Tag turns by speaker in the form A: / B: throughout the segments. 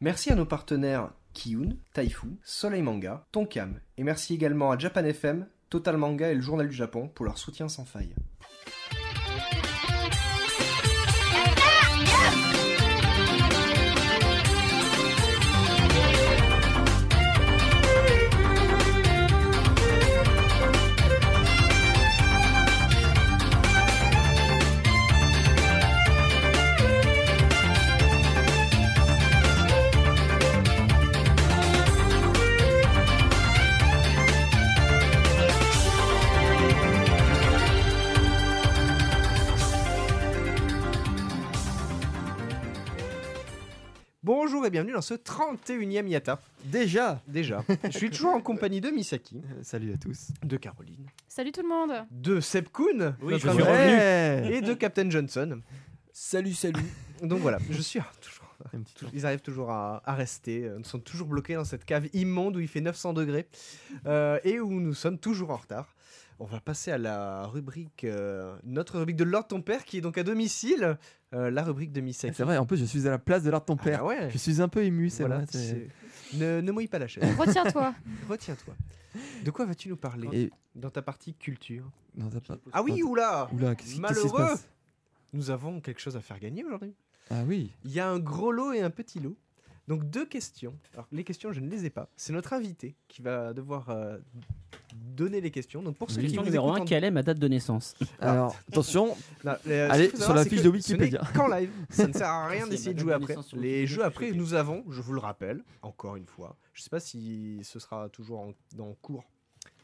A: Merci à nos partenaires Kiyun, Taifu, Soleil Manga, Tonkam, et merci également à Japan FM, Total Manga et le Journal du Japon pour leur soutien sans faille. Bonjour et bienvenue dans ce 31e IATA.
B: Déjà
A: Déjà, je suis toujours en compagnie de Misaki,
B: Euh, Salut à tous.
A: de Caroline,
C: Salut tout le monde
A: de Seb Kuhn,
D: Oui,
A: notre
D: je suis
A: ami,
B: revenu.
A: et de Captain Johnson.
B: Salut, salut.
A: Donc voilà, je suis toujours. Ils arrivent toujours à, à rester, euh, nous sommes toujours bloqués dans cette cave immonde où il fait 900 degrés euh, et où nous sommes toujours en retard. On va passer à la rubrique, euh, notre rubrique de Lord ton père qui est donc à domicile, euh, la rubrique de Misaki.
B: C'est vrai, en plus, je suis à la place de l'art de ton
A: Ah
B: Ah, père.
A: ouais.
B: Je suis un peu ému, c'est
A: Voilà,
B: vrai. c'est-
A: c'est- Ne, ne mouille pas la chaise,
C: Retiens-toi
A: retiens-toi. De quoi vas-tu nous parler
B: Et-
A: dans ta partie culture
B: non, t'as pas-
A: Ah oui,
B: non,
A: oula
B: t'as- Oula, qu'est-ce qui qu'est-ce qui se
A: Malheureux
B: passe
A: Nous avons quelque chose à faire gagner aujourd'hui.
B: Ah oui.
A: Il y a un gros lot et un petit lot. Donc deux questions. Alors les questions, je ne les ai pas. C'est notre invité qui va devoir euh, donner les questions. Donc pour ceux
B: Oui.
A: qui
D: Question
A: nous
D: numéro
A: écoutent
D: 1,
A: en-
D: quelle est ma date de naissance
A: Ah.
B: Alors, attention,
A: Non, euh, ce
B: Allez,
A: qu'il faut
B: sur
A: savoir,
B: la
A: c'est
B: fiche
A: que
B: de Wikipédia.
A: Ce n'est qu'en live. Ça ne sert à rien
D: Merci,
A: d'essayer de
D: madame
A: jouer
D: la
A: après.
D: naissance sur
A: Les
D: Wikipédia,
A: jeux
D: je
A: après,
D: suis
A: nous avons, je vous le rappelle, encore une fois, je ne sais pas si ce sera toujours en, dans le cours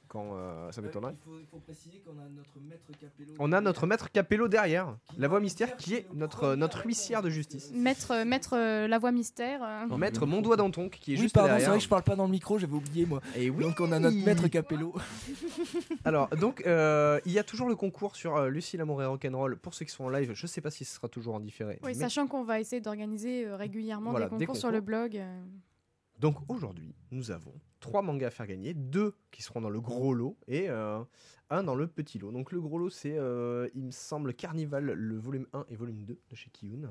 A: quand euh, ça m'étonnerait.
E: Il faut, il faut préciser qu'on a notre maître Capello.
A: On a notre maître Capello derrière, la voix mystère qui est notre, notre huissière de justice.
C: Mettre, euh, mettre euh, la voix mystère. euh.
B: Non,
A: Maître
B: le
A: mon
B: micro.
A: doigt dans ton qui est
E: Oui,
A: juste
E: pardon, c'est
A: derrière.
E: vrai que je parle pas dans le micro, j'avais oublié moi.
A: Et oui,
E: Donc on a notre maître Capello.
A: Alors, donc, euh, il y a toujours le concours sur euh, Lucille Amour et Rock'n'Roll. Pour ceux qui sont en live, je sais pas si ce sera toujours en différé.
C: Oui,
A: mais-
C: sachant qu'on va essayer d'organiser euh, régulièrement
A: Voilà,
C: des,
A: des
C: concours sur le
A: concours.
C: blog. euh.
A: Donc, aujourd'hui, nous avons trois mangas à faire gagner, deux qui seront dans le gros lot et euh, un dans le petit lot. Donc, le gros lot, c'est, euh, il me semble, Carnival, le volume 1 et volume 2 de chez Kiyun.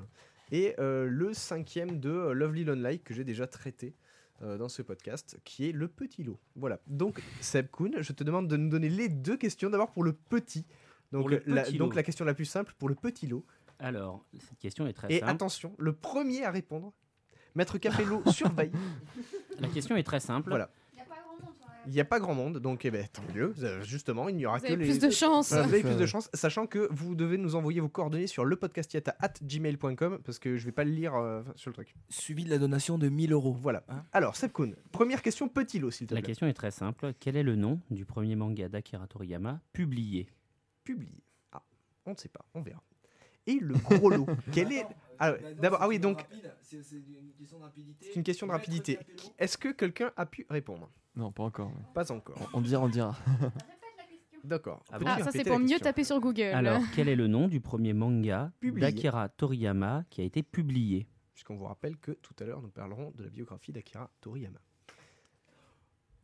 A: Et euh, le cinquième de euh, Lovely Lonely que j'ai déjà traité. euh, dans ce podcast, qui est le petit lot. Voilà. Donc, Seb Kuhn, je te demande de nous donner les deux questions. D'abord pour le petit. Donc,
D: Pour le
A: la,
D: petit
A: donc
D: lot.
A: la question la plus simple pour le petit lot.
D: Alors, cette question est très
A: Et
D: simple.
A: attention, le premier à répondre, Maître Capello surveille.
D: La question est très simple.
A: Voilà. Il n'y a pas grand monde, donc eh ben, tant mieux. Euh, Justement, il n'y aura
C: Vous
A: que
C: avez
A: les.
C: plus de chance.
A: Voilà, vous avez
B: Ça-
A: plus de chance, sachant que vous devez nous envoyer vos coordonnées sur lepodcastiata.gmail.com parce que je vais pas le lire euh, sur le truc.
E: Suivi de la donation de 1000 euros.
A: Voilà.
E: Hein
A: Alors, Sepkoun, première question, petit lot, s'il te
D: Ah. La
A: plaît.
D: question est très simple. Quel est le nom du premier manga d'Akira Toriyama publié
A: Publié. Ah, on ne sait pas, on verra. Et le gros lot. Quel est.
E: Attends, euh,
A: Ah ouais,
E: bah non,
A: d'abord-
E: c'est
A: ah oui,
E: une
A: donc-
E: rapide, C'est c'est une question de rapidité.
A: C'est une question de
E: Maître
A: rapidité.
E: Capello.
A: Est-ce que quelqu'un a pu répondre
B: Non, pas encore. ouais.
A: Pas encore.
B: On dira, on dira.
A: D'accord.
D: Ah
A: Peux-tu
C: Ah,
D: bon
C: ça
A: répéter
C: c'est
A: la
C: pour mieux
A: question
C: taper sur Google.
D: Alors, quel est le nom du premier manga
A: Publié.
D: d'Akira Toriyama qui a été publié
A: Puisqu'on vous rappelle que tout à l'heure, nous parlerons de la biographie d'Akira Toriyama.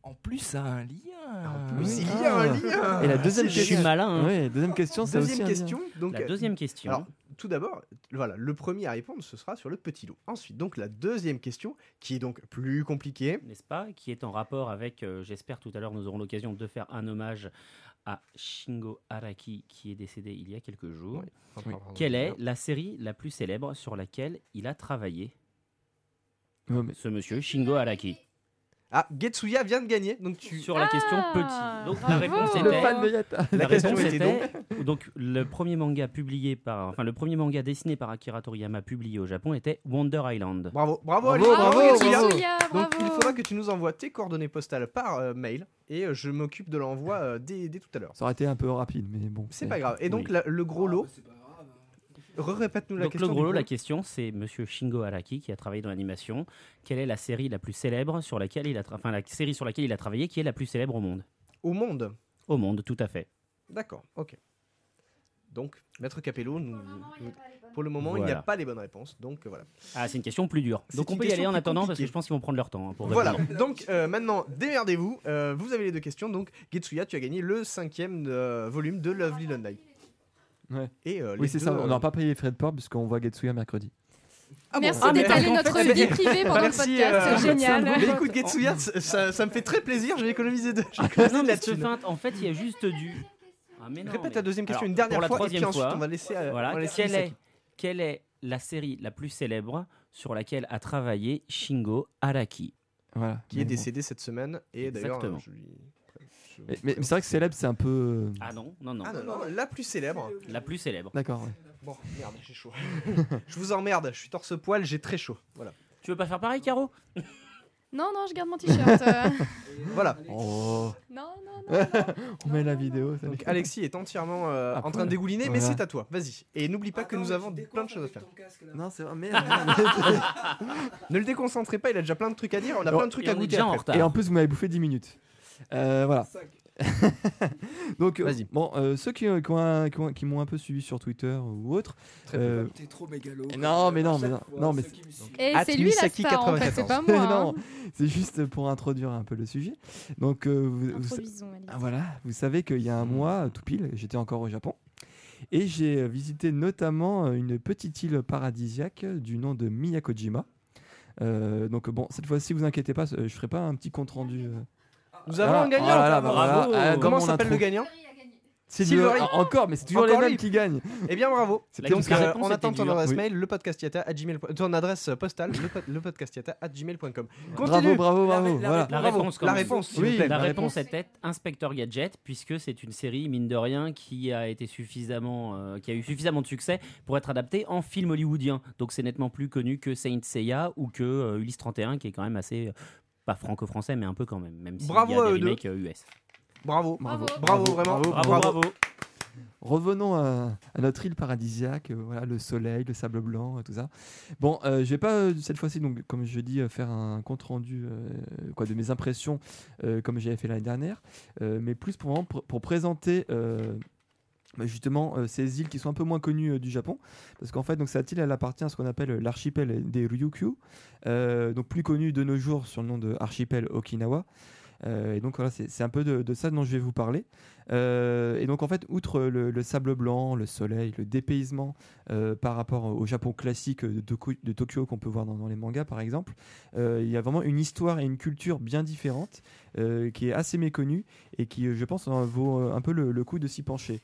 E: En plus, ça a un lien.
A: En plus,
B: oui.
A: il y a un
B: Ah.
A: lien
B: Et la deuxième
D: Je suis
B: question.
D: malin. hein.
B: Ouais, deuxième question, c'est aussi.
A: Deuxième
B: un lien.
A: question. Ah Donc, euh,
D: La deuxième question.
A: alors, tout d'abord, voilà, le premier à répondre, ce sera sur le petit lot. Ensuite, donc la deuxième question, qui est donc plus compliquée.
D: n'est-ce pas, qui est en rapport avec, euh, j'espère tout à l'heure nous aurons l'occasion de faire un hommage à Shingo Araki qui est décédé il y a quelques jours.
A: Oui.
B: Oui.
D: Quelle est la série la plus célèbre sur laquelle il a travaillé,
B: Ouais, mais-
D: ce monsieur Shingo Araki
A: Ah, Getsuya vient de gagner, donc tu.
D: Sur la question
C: Ah,
D: petit. Donc la
C: bravo.
D: réponse
B: Le
D: était...
B: fan de Yata.
D: La,
A: La question
D: réponse
A: était
D: était donc... le premier manga publié par enfin le premier manga dessiné par Akira Toriyama publié au Japon était Wonder Island.
A: Bravo, Oh, bravo, Ali,
B: Bravo,
C: Bravo,
A: Getsuya.
C: Getsuya,
A: Donc il
C: Ah, bravo.
A: faudra que tu nous envoies tes coordonnées postales par euh, mail et euh, je m'occupe de l'envoi euh, dès, dès tout à l'heure.
B: Ça aurait été un peu rapide, mais bon.
A: C'est pas grave. Et donc la- le gros lot,
E: Ah, bah, c'est pas grave.
A: répète-nous la
D: Donc
A: question.
D: le gros
A: du
D: lot, la
A: lot.
D: question, c'est Monsieur Shingo Araki qui a travaillé dans l'animation. Quelle est la série la plus célèbre sur laquelle il a, tra- enfin la série sur laquelle il a travaillé, qui est la plus célèbre au monde
A: Au monde.
D: Au monde, tout à fait.
A: D'accord, ok. Donc, Maître Capello, nous- nous- pour le moment, il n'y a
D: Voilà.
A: pas les bonnes réponses. Donc, euh, voilà.
D: Ah, c'est une question plus dure.
A: C'est
D: Donc on
A: une
D: peut y aller
A: question
D: en
A: plus
D: attendant parce que
A: compliquée.
D: je pense qu'ils vont prendre leur temps. hein, pour
A: Voilà,
D: répondre.
A: donc euh, maintenant, démerdez-vous. Euh, vous avez les deux questions. Donc, Getsuya, tu as gagné le cinquième euh, volume de Lovely London.
B: Ouais.
A: Et, euh, les
B: Oui, c'est
A: deux,
B: ça,
A: euh,
B: on n'aura pas payé les frais de port puisqu'on voit Getsuya mercredi.
F: Ah bon
C: Merci
A: Ah, mais
C: d'étaler
A: en
C: notre
A: fait,
C: vie privée pendant
A: merci,
C: le podcast,
A: euh,
C: c'est génial.
A: Mais écoute, Getsuya, ça, ça me fait très plaisir, j'ai économisé de, j'ai économisé
D: Non,
A: de
D: mais
A: la
D: cette
A: thune.
D: feinte, en fait, il y a juste du. Ah, mais non,
A: Répète
D: mais-
A: la deuxième question
D: Alors,
A: une dernière
D: pour la
A: fois, et
D: troisième
A: puis ensuite
D: fois,
A: on va laisser. euh, on va
D: Voilà.
A: laisser
D: Quelle
A: Misaki.
D: est, quelle est la série la plus célèbre sur laquelle a travaillé Shingo Araki
B: Voilà.
A: qui est
B: Mais bon.
A: décédé cette semaine. Et d'ailleurs,
D: Exactement.
A: euh, je lui- je-
B: Mais, mais- mais c'est vrai que célèbre, c'est un peu. euh,
D: Ah non, non, non.
A: Ah non, non, la plus célèbre.
D: La plus célèbre.
B: D'accord, ouais.
A: Bon, merde, j'ai chaud. je vous emmerde, je suis torse-poil, j'ai très chaud. Voilà.
D: Tu veux pas faire pareil, Caro
C: Non, non, je garde mon t-shirt. euh.
A: voilà.
B: Oh,
C: Non, non, non. non.
B: on met la vidéo. ça
A: Donc
B: fait-
A: Alexis est entièrement euh,
B: Ah,
A: en train
B: voilà.
A: de dégouliner, mais
B: Voilà.
A: c'est à toi. Vas-y. Et n'oublie pas que nous avons plein de choses à faire.
B: Non, c'est vrai, merde. merde.
A: Ne le déconcentrez pas, il a déjà plein de trucs à dire, on a
B: Non,
A: plein de trucs
D: Oh, Et
A: à
D: on est
A: goûter.
D: déjà en
A: après.
D: retard.
B: Et en plus, vous m'avez bouffé 10 minutes. Euh, voilà. Donc, euh,
A: Vas-y.
B: bon, euh, ceux qui, euh, qui ont un- qui ont- qui m'ont un peu suivi sur Twitter ou autre,
A: Très
B: euh,
E: T'es trop mégalo.
B: Non, mais non, mais non, non, mais
C: Et
A: At
C: c'est lui la
A: Misaki
C: star, en fait, c'est
A: 94.
C: pas moi. hein.
B: non, c'est juste pour introduire un peu le sujet. Donc, euh, vous- vous,
C: Improvisons, allez.
B: Ah, voilà, vous savez qu'il y a un
A: Hmm.
B: mois, tout pile, j'étais encore au Japon. Et j'ai euh, visité notamment euh, une petite île paradisiaque euh, du nom de Miyakojima. Euh, donc bon, cette fois-ci, vous inquiétez pas, euh, je ferai pas un petit compte rendu. euh.
A: Nous avons
B: Ah,
A: un gagnant.
B: ah là là,
A: bravo.
B: bah voilà, ah, dans
A: Comment
B: mon
A: s'appelle
B: intro.
A: le gagnant Sylvie.
B: Sylvie, ah, encore, mais c'est toujours
A: Encore
B: les mêmes
A: lui.
B: qui gagnent.
A: Eh bien, bravo.
B: C'était
D: La
A: Donc,
D: question
A: euh,
D: réponse
A: on
D: était
A: attend ton
D: dure.
A: adresse
B: Oui.
A: mail, lepoadcastiata à gmail. Ton adresse postale, lepo- gmail.com
B: Bravo,
A: Continue.
B: bravo, bravo.
E: la-
B: voilà.
D: La
A: Bravo.
D: réponse, quand
A: la
D: même.
A: réponse, s'il
B: Oui,
A: vous plaît.
D: La
B: La
D: réponse
B: réponse.
D: était Inspecteur Gadget, puisque c'est une série, mine de rien, qui a, été suffisamment, euh, qui a eu suffisamment de succès pour être adaptée en film hollywoodien. Donc c'est nettement plus connu que Saint Seiya ou que euh, Ulysse 31, qui est quand même assez, euh, pas franco-français, mais un peu quand même, même s'il y a
A: Bravo à eux
D: des
A: deux.
D: remakes euh, US.
A: Bravo.
C: Bravo.
A: Bravo, vraiment.
D: Bravo,
A: Bravo.
D: bravo.
B: Revenons à, à notre île paradisiaque, euh, voilà le soleil, le sable blanc, euh, tout ça. Bon, euh, je vais pas euh, cette fois-ci, donc comme je dis, euh, faire un compte rendu euh, quoi de mes impressions euh, comme j'avais fait l'année dernière, euh, mais plus pour, vraiment pr- pour présenter euh, bah, justement euh, ces îles qui sont un peu moins connues euh, du Japon, parce qu'en fait donc cette île elle appartient à ce qu'on appelle euh, l'archipel des Ryukyu, euh, donc plus connu de nos jours sur le nom de archipel Okinawa. Euh, et donc voilà, c'est c'est un peu de- de ça dont je vais vous parler. Euh, et donc en fait, outre le, le sable blanc, le soleil, le dépaysement euh, par rapport au Japon classique de, Toku- de Tokyo qu'on peut voir dans, dans les mangas par exemple, euh, il y a vraiment une histoire et une culture bien différente euh, qui est assez méconnue et qui euh, je pense en vaut euh, un peu le, le coup de s'y pencher.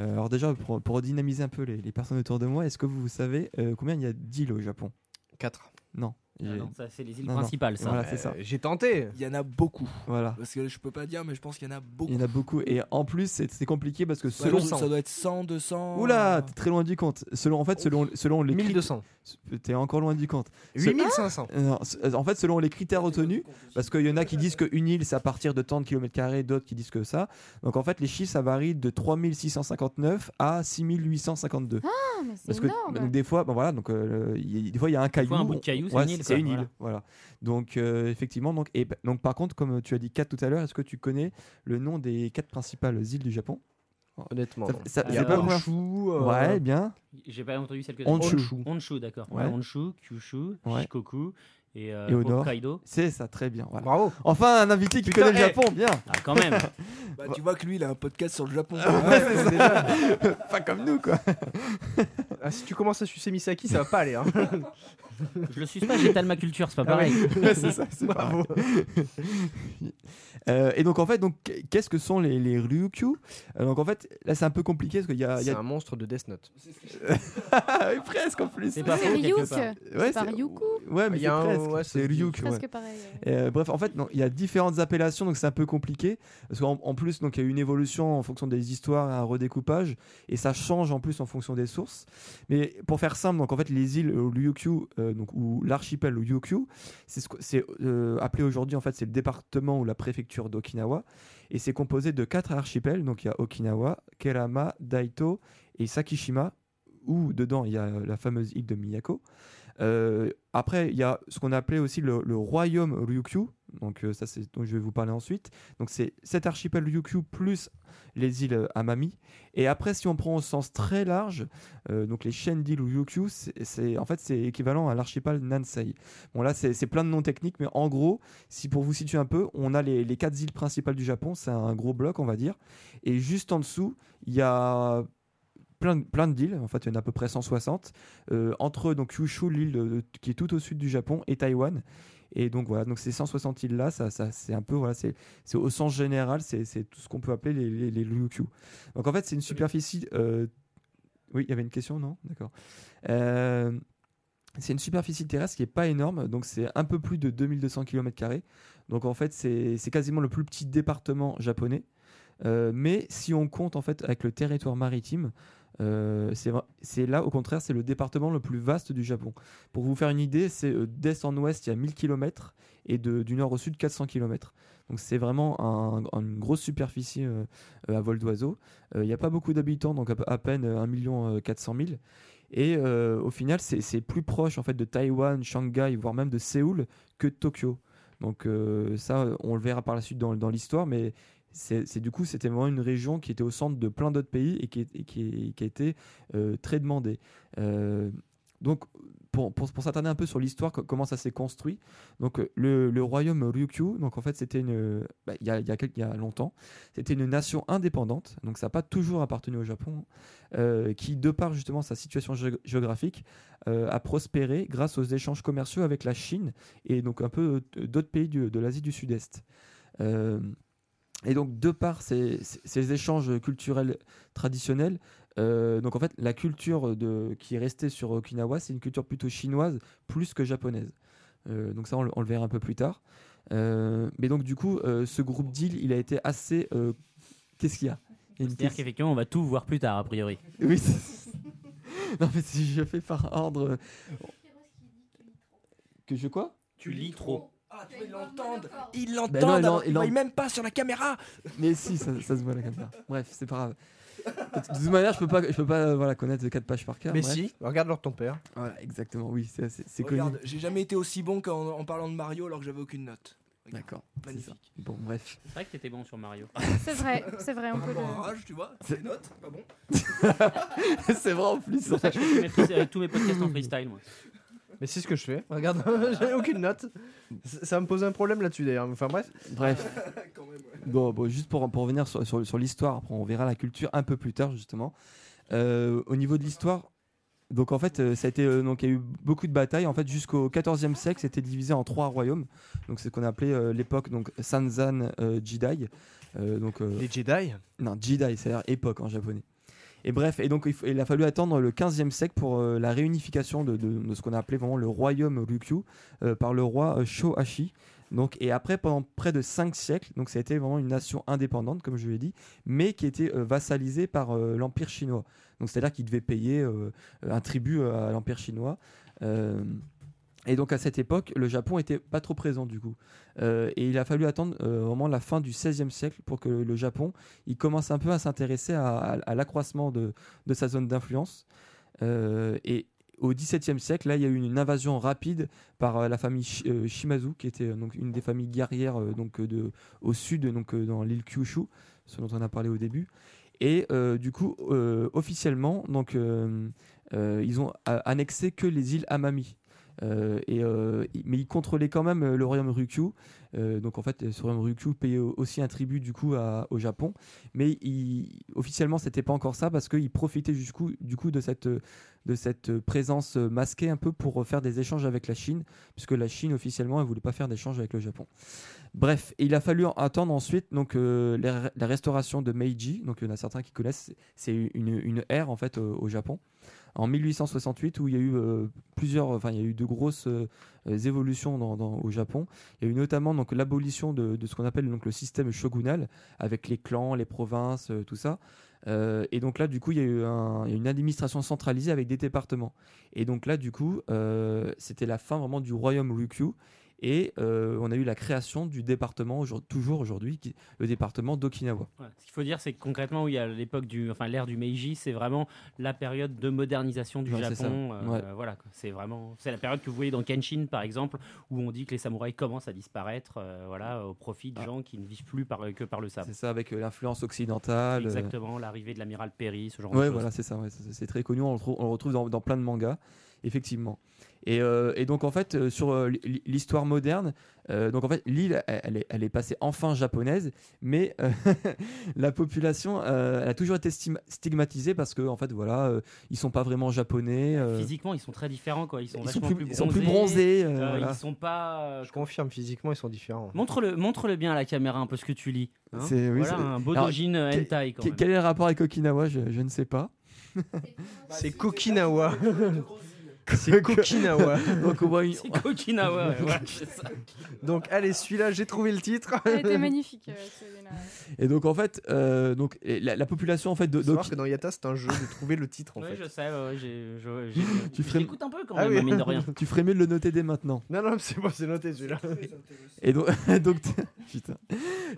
B: Euh, alors déjà, pour, pour dynamiser un peu les, les personnes autour de moi, est-ce que vous savez euh, combien il y a d'îles au Japon
A: 4.
B: Non.
D: Ah
B: J'ai-
D: non, ça, c'est les îles
B: Non, non.
D: principales, ça.
B: Voilà, Ah, c'est ça.
A: Euh, J'ai tenté.
E: Il y en a beaucoup.
B: Voilà.
E: Parce que je peux pas dire, mais je pense qu'il y en a beaucoup.
B: Il y en a beaucoup. Et en plus, c'est c'est compliqué parce que
E: Ouais,
B: selon...
E: ça, doit être 100, 200.
B: Oula, t'es très loin du compte. Selon, en fait, selon, selon les... critères-
A: 1200.
B: T'es encore loin du compte. Ce-
A: 8500.
B: Euh, non, c- euh, en fait, selon les critères retenus, parce qu'il y en a qui disent qu'une île, c'est à partir de tant de kilomètres carrés, d'autres qui disent que ça. Donc en fait, les chiffres, ça varie de 3659 à 6852.
C: Ah, mais c'est
B: Parce que
C: énorme.
B: bah, donc, des fois, bon, voilà, donc euh, il y a- des fois il y a un caillou.
D: un bout de caillou, c'est
B: Ouais,
D: une île,
B: C'est
D: quoi,
B: une île, voilà.
D: voilà.
B: Donc euh, effectivement, donc et bah, donc par contre, comme tu as dit quatre tout à l'heure, est-ce que tu connais le nom des quatre principales îles du Japon
A: Honnêtement.
B: Ça-
A: non.
B: ça-
A: Il y a
D: c'est pas-
A: Honshu, euh,
B: Ouais, bien.
D: J'ai pas entendu celle que
B: Honshu.
A: Honshu.
D: Honshu, d'accord.
B: Ouais.
D: Honshu, Kyushu,
B: Ouais.
D: Shikoku et, euh,
B: Et au nord.
D: Hokkaido.
B: C'est ça, très bien. Voilà.
A: Bravo.
B: Enfin, un invité qui
A: Putain,
B: connaît le
A: eh.
B: Japon, bien.
D: Ah, quand même.
E: Bah, tu vois que lui, il a un podcast sur le Japon.
B: Pas comme nous, quoi.
A: Ah, si tu commences à sucer Misaki, ça va pas aller. Hein.
D: Je le suis pas, j'étale ma culture, c'est pas
A: Ah
D: pareil.
B: Ouais, c'est ça, c'est
A: Bravo.
B: pareil. Euh, et donc en fait, donc qu'est-ce que sont les, les Ryukyu Euh, Donc en fait, là c'est un peu compliqué parce qu'il y a, il y
A: C'est
B: a...
A: un monstre de Death Note.
B: Oui, presque en plus.
D: C'est pas
C: C'est
D: faux, quelque
C: Ryuk,
D: part.
B: Ouais,
C: par
B: c'est-
C: Ryuku.
B: Ouais, mais
A: Il y a
B: c'est
A: un-
B: presque.
A: ouais,
B: c'est
A: c'est-
B: Ryukyu. ouais.
C: presque pareil. ouais.
B: Euh, bref, en fait, non, il y a différentes appellations, donc c'est un peu compliqué. Parce qu'en en plus, donc, il y a eu une évolution en fonction des histoires, un redécoupage, et ça change en plus en fonction des sources. Mais pour faire simple, donc, en fait, les îles au Ryukyu, euh, donc, ou l'archipel au Ryukyu, c'est ce que- c'est, euh, appelé aujourd'hui, en fait, c'est le département ou la préfecture d'Okinawa, et c'est composé de quatre archipels, donc il y a Okinawa, Kerama, Daito et Sakishima, où dedans il y a la fameuse île de Miyako. Euh, après, il y a ce qu'on appelait aussi le, le royaume Ryukyu. Donc, euh, ça, c'est dont je vais vous parler ensuite. Donc, c'est cet archipel Ryukyu plus les îles euh, Amami. Et après, si on prend au sens très large, euh, donc les chaînes d'îles Ryukyu, c'est- c'est en fait c'est équivalent à l'archipel Nansei. Bon, là, c'est c'est plein de noms techniques, mais en gros, si pour vous situer un peu, on a les, les quatre îles principales du Japon. C'est un gros bloc, on va dire. Et juste en dessous, il y a plein, de- plein de îles. En fait, il y en a à peu près 160. euh, entre donc Kyushu, l'île euh, qui est tout au sud du Japon, et Taïwan. Et donc voilà, donc ces 160 îles là, ça, ça, c'est un peu voilà, c'est c'est au sens général, c'est c'est tout ce qu'on peut appeler les, les, les Ryukyu. Donc en fait, c'est une superficie. euh, Oui, il y avait une question, non D'accord. Euh, C'est une superficie terrestre qui n'est pas énorme, donc c'est un peu plus de 2200 km. Donc en fait, c'est c'est quasiment le plus petit département japonais. Euh, mais si on compte en fait avec le territoire maritime, euh, c'est vra- c'est là au contraire, c'est le département le plus vaste du Japon. Pour vous faire une idée, c'est euh, d'est en ouest, il y a 1000 km et de, du nord au sud, 400 km. Donc c'est vraiment un- une grosse superficie euh, euh, à vol d'oiseau. Euh, Il n'y a pas beaucoup d'habitants, donc à, à peine euh, 1 million 400 000. Et euh, au final, c'est c'est plus proche en fait de Taïwan, Shanghai, voire même de Séoul que de Tokyo. Donc euh, ça, on le verra par la suite dans, dans l'histoire, mais c'est c'est- du coup, c'était vraiment une région qui était au centre de plein d'autres pays et qui, est- et qui, est- qui a été euh, très demandée. Euh, donc, pour, pour, pour s'attarder un peu sur l'histoire, co- comment ça s'est construit, donc euh, le, le royaume Ryukyu, donc en fait, c'était une, bah, il y a, il y a quel- il y a longtemps, c'était une nation indépendante, donc ça n'a pas toujours appartenu au Japon, euh, qui, de par justement sa situation géo- géographique, euh, a prospéré grâce aux échanges commerciaux avec la Chine et donc un peu euh, d'autres pays du- de l'Asie du Sud-Est. Euh, et donc, de par ces, ces- ces échanges culturels traditionnels, euh, donc en fait, la culture de, qui est restée sur Okinawa, c'est une culture plutôt chinoise plus que japonaise. Euh, donc ça, on le, on le verra un peu plus tard. Euh, mais donc, du coup, euh, ce groupe d'îles, il a été assez... euh, Qu'est-ce qu'il y a Il y a une
D: C'est-à-dire
B: question.
D: qu'effectivement, on va tout voir plus tard, a priori.
B: Oui. c'est- non, mais si je fais par ordre. euh, Que je quoi
D: Tu lis trop.
E: Ah, tu veux l'entendre
C: Il...
B: Ben
E: Ils
B: non,
E: l'entendent,
B: il en-
E: alors
B: il
E: ils
B: en-
E: voient même pas sur la caméra
B: Mais si, ça, ça se voit là comme ça. Bref, c'est pas grave. De toute manière, je peux pas, je peux pas euh, voilà, connaître 4 pages par cœur.
A: Mais
B: bref.
A: si, regarde leur ton père.
B: Voilà, exactement, oui, c'est- c'est c'est connu.
E: Regarde, j'ai jamais été aussi bon qu'en en parlant de Mario alors que j'avais aucune note. Regarde,
B: D'accord, c'est ça.
E: Magnifique.
B: Bon, bref.
D: C'est vrai que t'étais bon sur Mario.
C: C'est vrai, c'est vrai, on peut
E: Bon,
C: le.
E: rage, tu vois, c'est notes, pas bon.
B: c'est vrai en plus.
D: C'est pour ça que je fais mes freest- euh, tous mes podcasts en freestyle, moi.
A: Mais c'est ce que je fais. Regarde, j'ai aucune note. Ça ça va me pose un problème là-dessus d'ailleurs. Enfin bref.
B: Bref,
E: Quand même, ouais.
B: bon, bon, juste pour, pour revenir sur, sur, sur l'histoire, après on verra la culture un peu plus tard justement. Euh, au niveau de l'histoire, donc en fait, euh, ça a été, euh, donc il y a eu beaucoup de batailles. En fait, jusqu'au XIVe siècle, c'était divisé en trois royaumes. Donc c'est ce qu'on appelait euh, l'époque donc Sanzan euh, Jidai. Euh, donc euh,
A: Les Jedi.
B: Non, Jedi, c'est-à-dire époque en japonais. Et bref, et donc il, faut- il a fallu attendre le 15e siècle pour euh, la réunification de, de- de ce qu'on a appelé vraiment le royaume Ryukyu euh, par le roi euh, Shohashi. Donc, et après, pendant près de 5 siècles, donc ça a été vraiment une nation indépendante, comme je l'ai dit, mais qui était euh, vassalisée par euh, l'Empire chinois. Donc c'est-à-dire qu'il devait payer euh, un tribut à l'Empire chinois. Euh, et donc à cette époque, le Japon était pas trop présent du coup. Euh, et il a fallu attendre euh, vraiment la fin du 16e siècle pour que le Japon il commence un peu à s'intéresser à, à- à l'accroissement de, de sa zone d'influence. Euh, et au XVIIe siècle, là, il y a eu une invasion rapide par euh, la famille Shi- euh, Shimazu, qui était euh, donc une des familles guerrières euh, donc euh, de, au sud, donc euh, dans l'île Kyushu, ce dont on a parlé au début. Et euh, du coup, euh, officiellement, donc euh, euh, ils ont a- annexé que les îles Amami. Euh, et, euh, i- mais ils contrôlaient quand même euh, le royaume Ryukyu. Euh, donc en fait, euh, ce royaume Ryukyu payait au- aussi un tribut du coup à- au Japon mais il, officiellement c'était pas encore ça parce qu'il profitait jusqu'où- du coup de cette de cette présence euh, masquée un peu pour euh, faire des échanges avec la Chine puisque la Chine officiellement elle voulait pas faire d'échanges avec le Japon bref il a fallu en- attendre ensuite donc euh, la, la restauration de Meiji donc il y en a certains qui connaissent c'est une, une ère en fait au, au Japon en 1868 où il y a eu euh, plusieurs enfin il y a eu de grosses euh, euh, évolutions dans- dans- au Japon il y a eu notamment donc l'abolition de, de ce qu'on appelle donc le système shogunal avec les clans, les provinces, euh, tout ça. Euh, et donc là, du coup, il y a eu un- il y a eu une administration centralisée avec des départements. Et donc là, du coup, euh, c'était la fin vraiment du royaume Ryukyu. Et euh, on a eu la création du département, aujourd- toujours aujourd'hui, qui- le département d'Okinawa.
D: Voilà. Ce qu'il faut dire, c'est que concrètement, oui, à l'époque du, enfin, l'ère du Meiji, c'est vraiment la période de modernisation du
B: Ouais, c'est
D: Japon. euh,
B: ça. Ouais.
D: Voilà, quoi. c'est vraiment, c'est la période que vous voyez dans Kenshin, par exemple, où on dit que les samouraïs commencent à disparaître, euh, voilà, au profit de
B: Ah.
D: gens qui ne vivent plus par, que par le sabre.
B: C'est ça, avec euh, l'influence occidentale. euh,
D: Exactement, l'arrivée de l'amiral Perry, ce genre de
B: Ouais,
D: choses.
B: voilà, c'est ça. ouais, c'est c'est très connu. On le, trouve- on le retrouve dans, dans plein de mangas. effectivement. Et, euh, et donc en fait euh, sur euh, l- l- l'histoire moderne, euh, donc en fait l'île elle- elle est, elle est passée enfin japonaise, mais euh, la population euh, elle a toujours été stim- stigmatisée parce que en fait voilà euh, ils sont pas vraiment japonais, euh,
D: Physiquement, ils sont très différents, quoi. Ils sont,
B: ils, sont
D: vachement
B: plus,
D: plus,
B: ils sont plus bronzés, euh,
D: euh,
B: voilà.
D: Ils sont pas.
A: Je confirme, physiquement, ils sont différents.
D: Montre-le, montre-le bien à la caméra un peu ce que tu lis. hein.
B: C'est- oui,
D: voilà
B: c'est-
D: un beau
B: Alors,
D: dojin euh,
B: que-
D: hentai quand
B: Quel-
D: même.
B: Quel est le rapport avec Okinawa je, je ne sais pas.
A: C'est Kokinawa.
B: C'est
A: Kokinawa.
B: Donc on voit une-
D: C'est Kokinawa, ouais, voilà, c'est ça.
A: Donc, allez, celui-là, j'ai trouvé le titre.
C: Elle était magnifique, euh, Selena.
B: Et donc en fait, euh, donc et la, la population en fait de,
A: Faut savoir
B: d'Oki-
A: que dans Yata, c'est un jeu de trouver le titre, en
D: Oui,
A: fait.
D: je sais, ouais, j'ai, je,
B: Tu
D: j'ai- je
B: ferais-
D: l'écoute un peu quand
A: Ah
D: même,
A: oui.
D: mine de rien.
B: tu ferais mieux de le noter dès maintenant.
A: Non, non, c'est bon, c'est noté, celui-là.
B: Et donc, donc putain.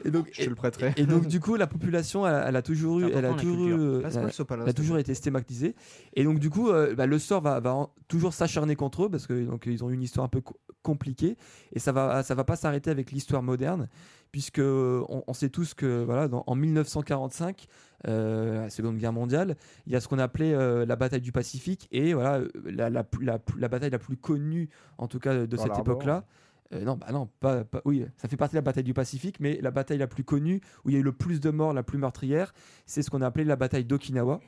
B: Et donc,
A: Je te le prêterai.
B: et donc du coup, la population, elle, a- elle a toujours eu,
D: C'est
B: elle a
D: important, la
B: toujours, eu,
D: culture.
B: euh,
A: Passe-moi le sopalin.
B: elle a toujours été stigmatisée. Et donc du coup, euh, bah, le sort va, va en- toujours s'acharner contre eux parce que donc ils ont eu une histoire un peu co- compliquée. Et ça va, ça va pas s'arrêter avec l'histoire moderne, puisque euh, on, on sait tous que voilà, dans- en 1945, euh, la Seconde Guerre mondiale, il y a ce qu'on appelait euh, la bataille du Pacifique et voilà euh, la, la, la- la bataille la plus connue en tout cas de
A: Pearl
B: cette
A: Harbor.
B: époque-là. Euh, non, bah non, pas, pas- oui, ça fait partie de la bataille du Pacifique, mais la bataille la plus connue, où il y a eu le plus de morts, la plus meurtrière, c'est ce qu'on a appelé la bataille d'Okinawa.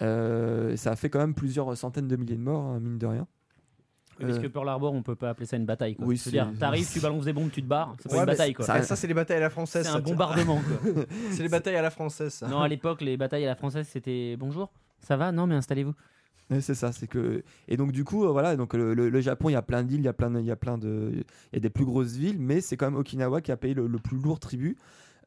B: Euh, ça a fait quand même plusieurs centaines de milliers de morts, hein, mine de rien.
D: Parce
B: Euh,
D: que Pearl Harbor, on peut pas appeler ça une bataille. Quoi.
B: oui,
D: Je veux dire,
B: c'est-
D: t'arrives, tu balances des bombes, tu te barres. C'est pas
A: Ouais,
D: une
A: mais
D: bataille, quoi.
A: Ah, Ça, ça, c'est les batailles à la française.
D: C'est un
A: ça, tiens.
D: bombardement, quoi.
A: C'est les batailles à la française, ça.
D: Non, à l'époque, les batailles à la française, c'était bonjour, ça va Non, mais installez-vous.
B: Ouais, c'est ça, c'est que et donc du coup euh, voilà donc le, le- le Japon il y a plein d'îles, il y a plein de- il y a plein de il y a des plus grosses villes, mais c'est quand même Okinawa qui a payé le, le plus lourd tribut.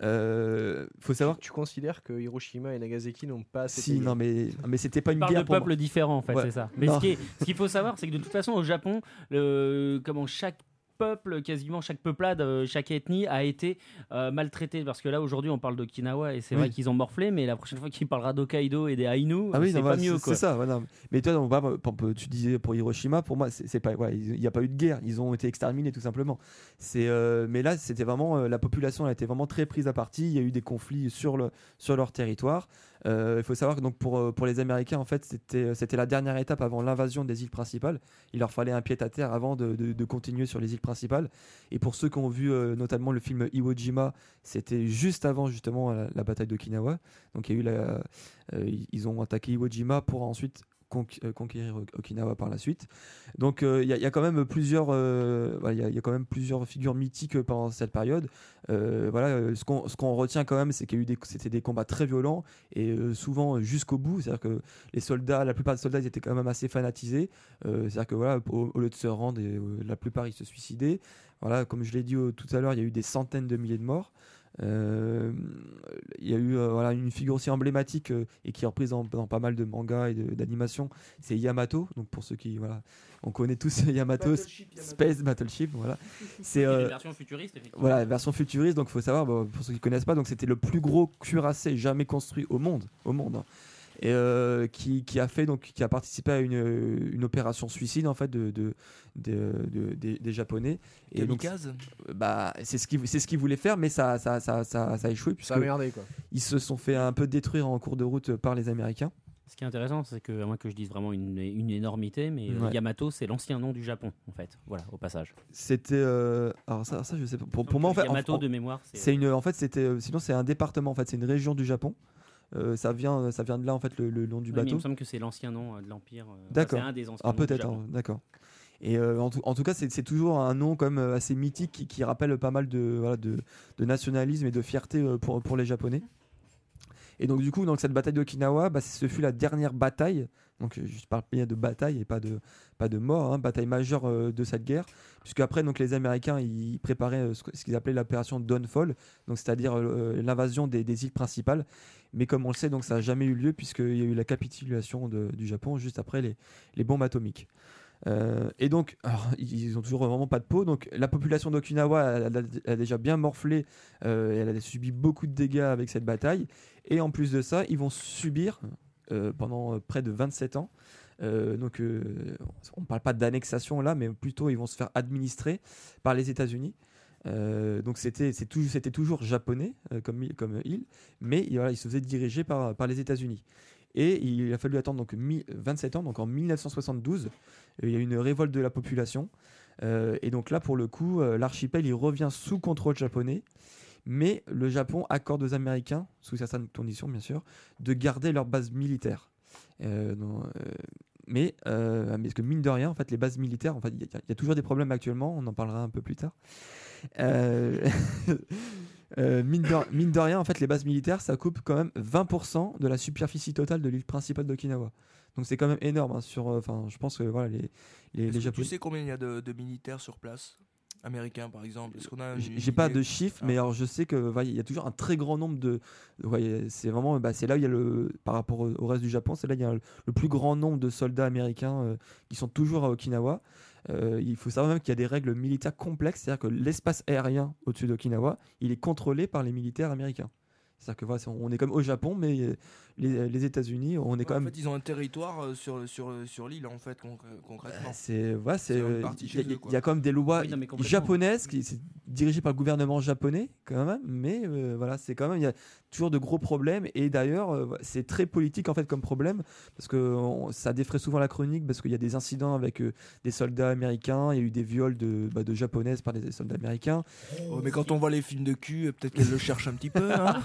B: Euh, faut savoir
A: Tu considères que Hiroshima et Nagasaki n'ont pas assez
B: si
A: payé
B: non mais mais c'était pas
D: Tu
B: une
D: parles de
B: guerre pour
D: peuples différents, en fait,
B: Ouais.
D: c'est ça. Mais
B: Non.
D: ce qui est- ce qu'il faut savoir, c'est que de toute façon, au Japon, le, comment chaque peuple, quasiment chaque peuplade, euh, chaque ethnie a été euh, maltraitée. Parce que là, aujourd'hui, on parle d'Okinawa et c'est
B: Oui.
D: vrai qu'ils ont morflé, mais la prochaine fois qu'il parlera d'Hokkaido et des Ainu,
B: Ah
D: euh,
B: oui, non,
D: c'est pas
B: voilà,
D: mieux,
B: c'est-
D: quoi.
B: C'est ça, voilà. Mais toi, donc, bah, pour- pour- tu disais pour Hiroshima, pour moi, c'est c'est pas, voilà, il n'y a pas eu de guerre, ils ont été exterminés tout simplement. C'est, euh, mais là, c'était vraiment euh, la population, elle a été vraiment très prise à partie. Il y a eu des conflits sur le sur leur territoire. Euh, Il faut savoir que donc pour euh, pour les Américains, en fait, c'était euh, c'était la dernière étape avant l'invasion des îles principales. Il leur fallait un pied à terre avant de, de- de continuer sur les îles principales. Et pour ceux qui ont vu euh, notamment le film Iwo Jima, c'était juste avant justement la, la bataille d'Okinawa. Donc il y a eu la, euh, ils- ils ont attaqué Iwo Jima pour ensuite conqu- euh, conquérir Ok- Okinawa par la suite. Donc euh, il y, a- il y a quand même plusieurs, euh, voilà, il y a- il y, a quand même plusieurs figures mythiques euh, pendant cette période. Euh, voilà, euh, ce qu'on ce qu'on retient quand même, c'est qu'il y a eu des, c'était des combats très violents et euh, souvent euh, jusqu'au bout. C'est-à-dire que les soldats, la plupart des soldats, ils étaient quand même assez fanatisés. Euh, C'est-à-dire que voilà, au, au lieu de se rendre, et, euh, la plupart ils se suicidaient. Voilà, comme je l'ai dit euh, tout à l'heure, il y a eu des centaines de milliers de morts. Euh, il y a eu euh, voilà, une figure aussi emblématique euh, et qui est reprise dans, dans pas mal de mangas et de- d'animations, c'est Yamato. Donc pour ceux qui voilà, on connaît tous Yamato, Space Battleship, voilà. C'est
D: Il y a
B: euh,
D: des versions futuristes, effectivement.
B: voilà, version futuriste, donc il faut savoir, bah, pour ceux qui ne connaissent pas, donc c'était le plus gros cuirassé jamais construit au monde, au monde hein. et euh, qui, qui a fait donc qui a participé à une, euh, une opération suicide en fait de, de, de- de- des, des japonais et donc
E: Kamikaze.
B: euh, bah c'est ce qu'ils c'est ce qu'ils voulaient faire mais ça ça ça ça, ça a échoué puisque
A: Ça a merdé, quoi.
B: ils se sont fait un peu détruire en cours de route par les Américains.
D: Ce qui est intéressant, c'est que, à moins que je dise vraiment une, une énormité, mais euh,
B: Ouais.
D: Yamato, c'est l'ancien nom du Japon, en fait. Voilà, au passage.
B: C'était euh, alors ça ça je sais pas pour, pour
D: Donc,
B: moi en
D: le
B: fait en-
D: Yamato
B: en-
D: de mémoire,
B: C'est
D: c'est.
B: une, en fait, c'était, euh, sinon c'est un département, en fait, c'est une région du Japon. Euh, ça vient, ça vient de là, en fait, le, le nom du
D: Oui, mais il
B: bateau.
D: me semble que c'est l'ancien nom euh, de l'Empire. euh, enfin,
B: D'accord.
D: C'est un des anciens
B: Ah,
D: noms du
B: peut-être,
D: Japon.
B: hein, d'accord. Et euh, en, tout, en tout cas, c'est c'est toujours un nom comme euh, assez mythique qui, qui rappelle pas mal de, voilà, de, de nationalisme et de fierté euh, pour, pour les Japonais. Et donc, du coup, donc, cette bataille d'Okinawa, bah, ce fut la dernière bataille. Donc, euh, je parle bien de bataille et pas de, pas de mort, hein, bataille majeure euh, de cette guerre. Puisqu'après, donc, les Américains, ils préparaient euh, ce que- ce qu'ils appelaient l'opération Dawnfall, donc, c'est-à-dire euh, l'invasion des, des îles principales. Mais comme on le sait, donc, ça n'a jamais eu lieu, puisqu'il y a eu la capitulation de- du Japon juste après les, les bombes atomiques. Euh, et donc, alors, ils ils ont toujours vraiment pas de peau. Donc, la population d'Okinawa elle a, elle a déjà bien morflé. euh, et elle a subi beaucoup de dégâts avec cette bataille. Et en plus de ça, ils vont subir euh, pendant euh, près de 27 ans. euh, donc, euh, on ne parle pas d'annexation là, mais plutôt ils vont se faire administrer par les États-Unis. Euh, donc, c'était c'est tou- c'était toujours japonais euh, comme, île- comme île, mais voilà, ils se faisaient diriger par, par les États-Unis. Et il a fallu attendre donc mi- 27 ans, donc en 1972, euh, il y a eu une révolte de la population. Euh, et donc là, pour le coup, euh, l'archipel, il revient sous contrôle japonais. Mais le Japon accorde aux Américains, sous certaines conditions bien sûr, de garder leurs bases militaires. Euh, non, euh, mais euh, mais parce que mine de rien, en fait, les bases militaires, en fait, il y, a- il y a toujours des problèmes actuellement. On en parlera un peu plus tard. Euh, euh, mine, de, mine de rien, en fait, les bases militaires, ça coupe quand même 20% de la superficie totale de l'île principale d'Okinawa. Donc c'est quand même énorme. hein, sur, euh, enfin, je pense que voilà, les les, les
E: Est-ce que
B: Japonais.
E: Tu sais combien il y a de, de militaires sur place Américains, par exemple Est-ce qu'on a une
B: J- J'ai pas
E: idée
B: de chiffres, mais
E: Euh, Ah.
B: alors je sais que voilà, il y a toujours un très grand nombre de. ouais, c'est vraiment, bah, c'est là où il y a le, par rapport au au reste du Japon, c'est là où il y a le, le plus grand nombre de soldats américains euh, qui sont toujours à Okinawa. Euh, il faut savoir même qu'il y a des règles militaires complexes, c'est-à-dire que l'espace aérien au-dessus d'Okinawa, il est contrôlé par les militaires américains. C'est-à-dire que voilà, c'est- on est comme au Japon, mais euh, les, les États-Unis, on est
E: Ouais,
B: quand
E: en
B: même.
E: fait, ils ont un territoire euh, sur, sur, sur l'île, en fait, concr- concrètement.
B: Ah, C'est voilà, c'est
E: C'est une
B: euh,
E: partie
B: il y a-
E: chez
B: il y,
E: eux,
B: a-
E: quoi.
B: il y a quand même des lois
D: Oui, non, mais complètement.
B: japonaises qui c'est dirigé par le gouvernement japonais quand même, mais euh, voilà, c'est quand même il y a toujours de gros problèmes et d'ailleurs euh, voilà, c'est très politique en fait comme problème parce que on- ça défraie souvent la chronique parce qu'il y a des incidents avec euh, des soldats américains, il y a eu des viols de bah, de japonaises par des soldats américains.
E: Oh, mais quand on voit les films de cul, euh, peut-être qu'elle le cherche un petit peu. hein.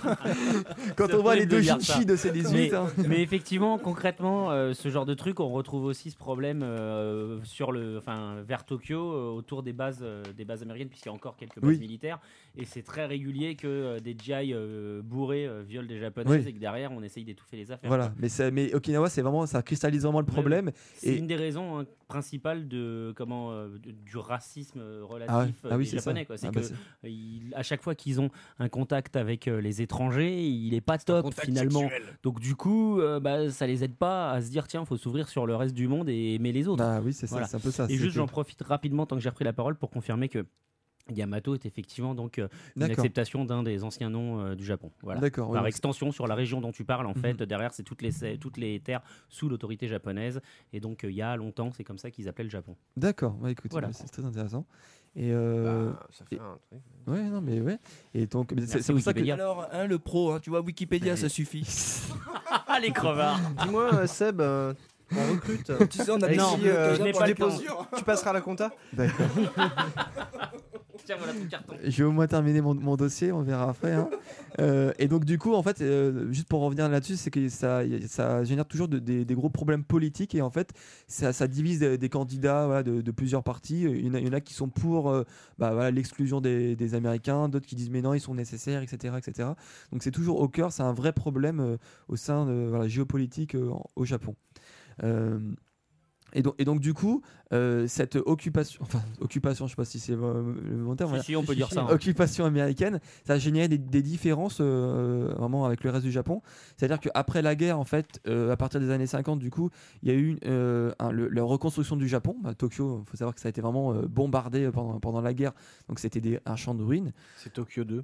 B: Quand
D: Ça
B: on voit
D: fait
B: les deux
D: plaisir, ça.
B: chichis de ces 18 hein.
D: Mais effectivement, concrètement, euh, ce genre de truc, on retrouve aussi ce problème euh, sur le, enfin, vers Tokyo, euh, autour des bases, euh, des bases américaines, puisqu'il y a encore quelques bases
B: Oui.
D: militaires. Et c'est très régulier que euh, des GI euh, bourrés euh, violent des japonaises
B: Oui.
D: et que derrière, on essaye d'étouffer les affaires.
B: Voilà, mais ça- mais Okinawa c'est vraiment ça cristallise vraiment le
D: Oui, oui.
B: problème
D: C'est
B: Et-
D: une des raisons hein, principales de comment euh, du- du racisme euh, relatif
B: Ah ouais,
D: euh,
B: ah oui,
D: des
B: c'est ça.
D: japonais. quoi. C'est
B: Ah bah,
D: que,
B: c'est-
D: euh, ils- à chaque fois qu'ils ont un contact avec euh, les étrangers, il est pas top finalement. Donc du coup, euh, bah, ça les aide pas à se dire tiens, faut s'ouvrir sur le reste du monde et aimer les autres.
B: bah oui, c'est ça,
D: Voilà.
B: c'est un peu ça.
D: et
B: c'est
D: juste,
B: que-
D: j'en profite rapidement tant que j'ai repris la parole pour confirmer que Yamato est effectivement donc euh, une
B: D'accord.
D: acceptation d'un des anciens noms euh, du Japon. Voilà.
B: D'accord. oui,
D: Par
B: donc
D: extension, sur la région dont tu parles, en
B: Mhm.
D: fait, derrière, c'est toutes les, toutes les terres sous l'autorité japonaise. Et donc, euh, il y a longtemps, c'est comme ça qu'ils appelaient le Japon.
B: D'accord, bah écoute,
D: Voilà.
B: bah, c'est très intéressant. Et euh,
A: Bah, ça fait un truc.
B: ouais, non, mais ouais. Et donc, mais c'est
D: Merci
B: c'est pour ça que.
D: Wikipédia.
E: Alors, hein, le pro, hein, tu vois, Wikipédia,
A: Mais-
E: ça suffit.
D: Ah, les crevards
A: Dis-moi, euh, Seb, euh, on recrute.
E: tu sais, on a
A: Alexis,
D: Non,
E: décidé,
A: euh,
E: euh,
D: je n'ai
A: tu,
D: pas le
A: déposes- tu passeras à la compta
B: D'accord.
D: Tiens, voilà ton carton.
B: Je vais au moins terminer mon, mon dossier, on verra après. hein. Euh, et donc, du coup, en fait, euh, juste pour revenir là-dessus, c'est que ça, ça génère toujours de- des, des gros problèmes politiques et en fait, ça, ça divise des, des candidats voilà, de, de plusieurs partis. Il y, en a, il y en a qui sont pour euh, bah, voilà, l'exclusion des, des Américains, d'autres qui disent mais non, ils sont nécessaires, etc. etc. Donc, c'est toujours au cœur, c'est un vrai problème euh, au sein de voilà, géopolitique euh, en- au Japon. Euh, et donc, et donc du coup, euh, cette occupation, enfin occupation, je sais pas si c'est euh, le bon terme, voilà.
D: Si, si, on peut dire ça. hein.
B: Occupation américaine, ça a généré des, des différences euh, vraiment avec le reste du Japon. C'est-à-dire qu'après la guerre, en fait, euh, à partir des années 50, du coup, il y a eu une, euh, un- le- la reconstruction du Japon. Bah, Tokyo, il faut savoir que ça a été vraiment euh, bombardé pendant, pendant la guerre, donc c'était des- un champ de ruines.
A: C'est Tokyo 2.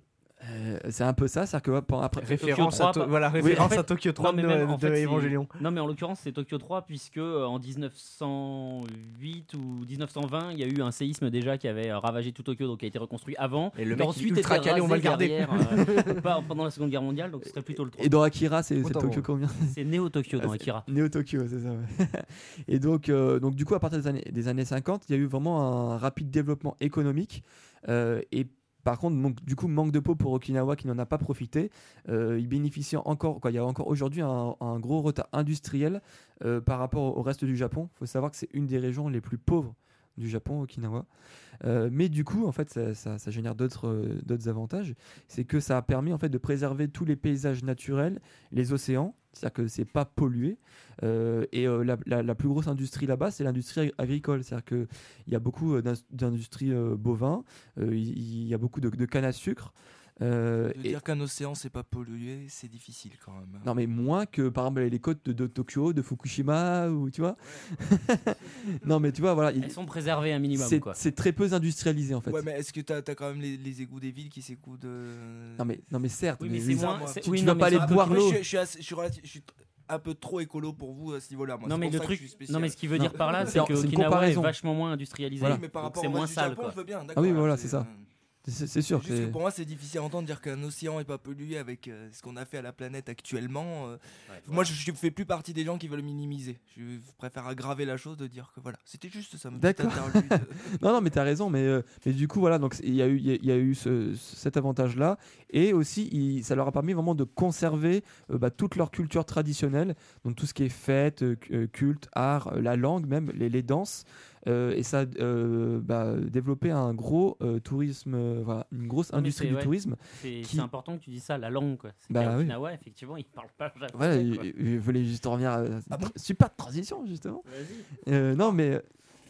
B: Euh, c'est un peu ça, c'est-à-dire que ouais, pendant- après,
A: Référence,
D: Tokyo
A: à, to-
D: 3,
A: voilà,
D: pas-
A: référence
D: Oui, en fait-
A: à Tokyo 3
D: Non, mais
A: de,
D: même, en
A: de
D: fait, c'est-
A: Evangelion.
D: Non, mais en l'occurrence, c'est Tokyo 3, puisque euh, en 1908 ou 1920, il y a eu un séisme déjà qui avait euh, ravagé tout Tokyo, donc qui a été reconstruit avant.
A: Et le
D: Qui
A: mec
D: ensuite
A: qui est ultra
D: était
A: calé, on va le garder.
D: rasé derrière, euh, pas pendant la Seconde Guerre mondiale, donc ce serait plutôt le 3.
B: et dans Akira, c'est c'est
A: Autant,
B: Tokyo
A: ouais.
B: combien
D: C'est Néo Tokyo
B: Ah,
D: dans
B: c'est-
D: Akira.
B: Néo Tokyo, c'est ça. ouais. et donc, euh, donc, du coup, à partir des années, des années 50, il y a eu vraiment un rapide développement économique. euh, et par contre, donc, du coup, manque de peau pour Okinawa qui n'en a pas profité. Euh, il bénéficie encore, quoi, il y a encore aujourd'hui un, un gros retard industriel euh, par rapport au reste du Japon. Il faut savoir que c'est une des régions les plus pauvres du Japon, Okinawa. Euh, mais du coup, en fait, ça, ça- ça génère d'autres euh, d'autres avantages. C'est que ça a permis en fait de préserver tous les paysages naturels, les océans. C'est-à-dire que c'est pas pollué. Euh, et euh, la, la- la plus grosse industrie là-bas, c'est l'industrie ag- agricole. C'est-à-dire qu'il y a beaucoup euh, d'ins- d'industries euh, bovins, euh, il il y a beaucoup de, de canne à sucre. euh,
E: De
B: et-
E: dire qu'un océan, c'est pas pollué, c'est difficile quand même. hein.
B: non mais moins que par exemple les côtes de, de Tokyo, de Fukushima ou tu vois. non mais tu vois voilà, il-
D: Elles sont préservées un minimum,
B: c'est-
D: quoi.
B: c'est très peu industrialisé en fait.
E: Ouais, mais est-ce que t'as as quand même les, les égouts des villes qui s'écoutent euh, de...
B: Non mais non mais certes,
D: Oui,
B: mais
D: mais c'est
B: ils-
E: ça,
D: moins.
E: moi.
D: c'est-
B: Tu-
D: oui,
B: tu
D: non,
B: vas pas
D: mais
B: aller
D: ça-
E: Ah,
B: boire
E: moi,
B: l'eau.
E: Je, je suis assez- je suis relati- je suis un peu trop écolo pour vous à ce niveau-là. moi.
D: Non
E: C'est
D: mais
E: pour
D: le
E: ça que je
D: truc,
E: suis spécial.
D: non mais ce qu'il veut dire par là,
B: C'est-
D: c'est que
B: c'est une
D: Okinawa est
B: comparaison.
D: vachement moins industrialisé.
E: Oui, mais par
D: Donc
E: rapport
D: c'est
E: au
D: moins
E: reste du
D: sale,
E: Japon,
D: quoi.
E: je veux bien. d'accord,
B: Ah oui, voilà,
E: là,
B: c'est ça. C'est c'est sûr.
E: Juste que
B: c'est-
E: pour moi, c'est difficile à entendre dire qu'un océan est pas pollué avec euh, ce qu'on a fait à la planète actuellement. euh, Moi, je, je fais plus partie des gens qui veulent minimiser. Je préfère aggraver la chose de dire que voilà, c'était juste ça. ma petite
B: D'accord.
E: interlude.
B: Non, non, mais t'as raison. Mais, euh, mais du coup, voilà, donc il y a eu, il y a- il y a eu ce- ce- cet avantage-là. Et aussi, il- ça leur a permis vraiment de conserver euh, bah, toute leur culture traditionnelle, donc tout ce qui est fête, euh, cu- euh, culte, art, euh, la langue, même les, les danses. Euh, et ça a euh, bah, développé un gros euh, tourisme, euh, voilà, une grosse
D: Non, mais
B: industrie
D: c'est-
B: du
D: ouais.
B: tourisme.
D: C'est
B: Qui-
D: c'est important que tu dises ça, la langue. quoi. C'est
B: Bah
D: qu'à
B: oui.
D: Okinawa, effectivement, ils parlent pas japonais.
B: Voilà,
D: quoi.
B: je je voulais juste en revenir à.
E: Ah bon
B: Super transition, justement. Euh, non, mais.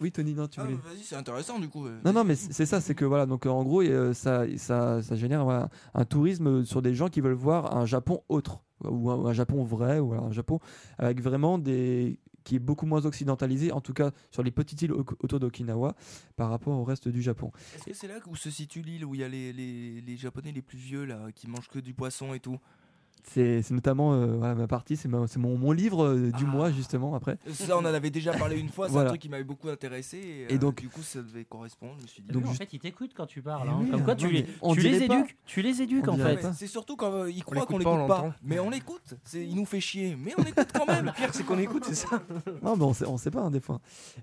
B: Oui, Tony, non, tu
E: Ah,
B: voulais.
E: bah, Vas-y, c'est intéressant du coup. euh,
B: Non, non, mais c- c'est ça, c'est que voilà, donc euh, en gros, et, euh, ça, ça, ça génère voilà, un tourisme euh, sur des gens qui veulent voir un Japon autre, ou un, ou un Japon vrai, ou alors un Japon avec vraiment des. qui est beaucoup moins occidentalisé, en tout cas sur les petites îles au- autour d'Okinawa, par rapport au reste du Japon.
E: Est-ce que c'est là où se situe l'île où il y a les, les, les Japonais les plus vieux là qui mangent que du poisson et tout
B: C'est c'est notamment euh, voilà, ma partie, c'est ma- c'est mon, mon livre euh, du
E: Ah.
B: mois, justement, après.
E: Ça, on en avait déjà parlé une fois. C'est
B: Voilà.
E: un truc qui m'avait beaucoup intéressé. Et,
B: Et
E: euh,
B: donc-
E: du coup, ça devait correspondre. Je me suis dit.
D: T'as
B: Donc
D: vu, en
B: juste-
D: fait, ils t'écoutent quand tu parles.
B: Eh
D: hein.
B: oui,
D: Comme quoi, tu
B: non,
D: les,
B: mais on
D: tu les
B: dirait pas.
D: éduques. Tu les éduques,
B: On
D: en
B: dirait
D: fait.
E: Ouais,
B: pas.
E: C'est surtout quand euh, ils croient
A: l'écoute
E: qu'on
A: pas, on
E: l'écoute pas,
A: l'entend.
E: mais on l'écoute. C'est- Il nous fait chier, mais on l'écoute quand même.
A: Le pire, c'est qu'on écoute, c'est ça.
B: Non, mais on sait, on sait pas, hein, des fois.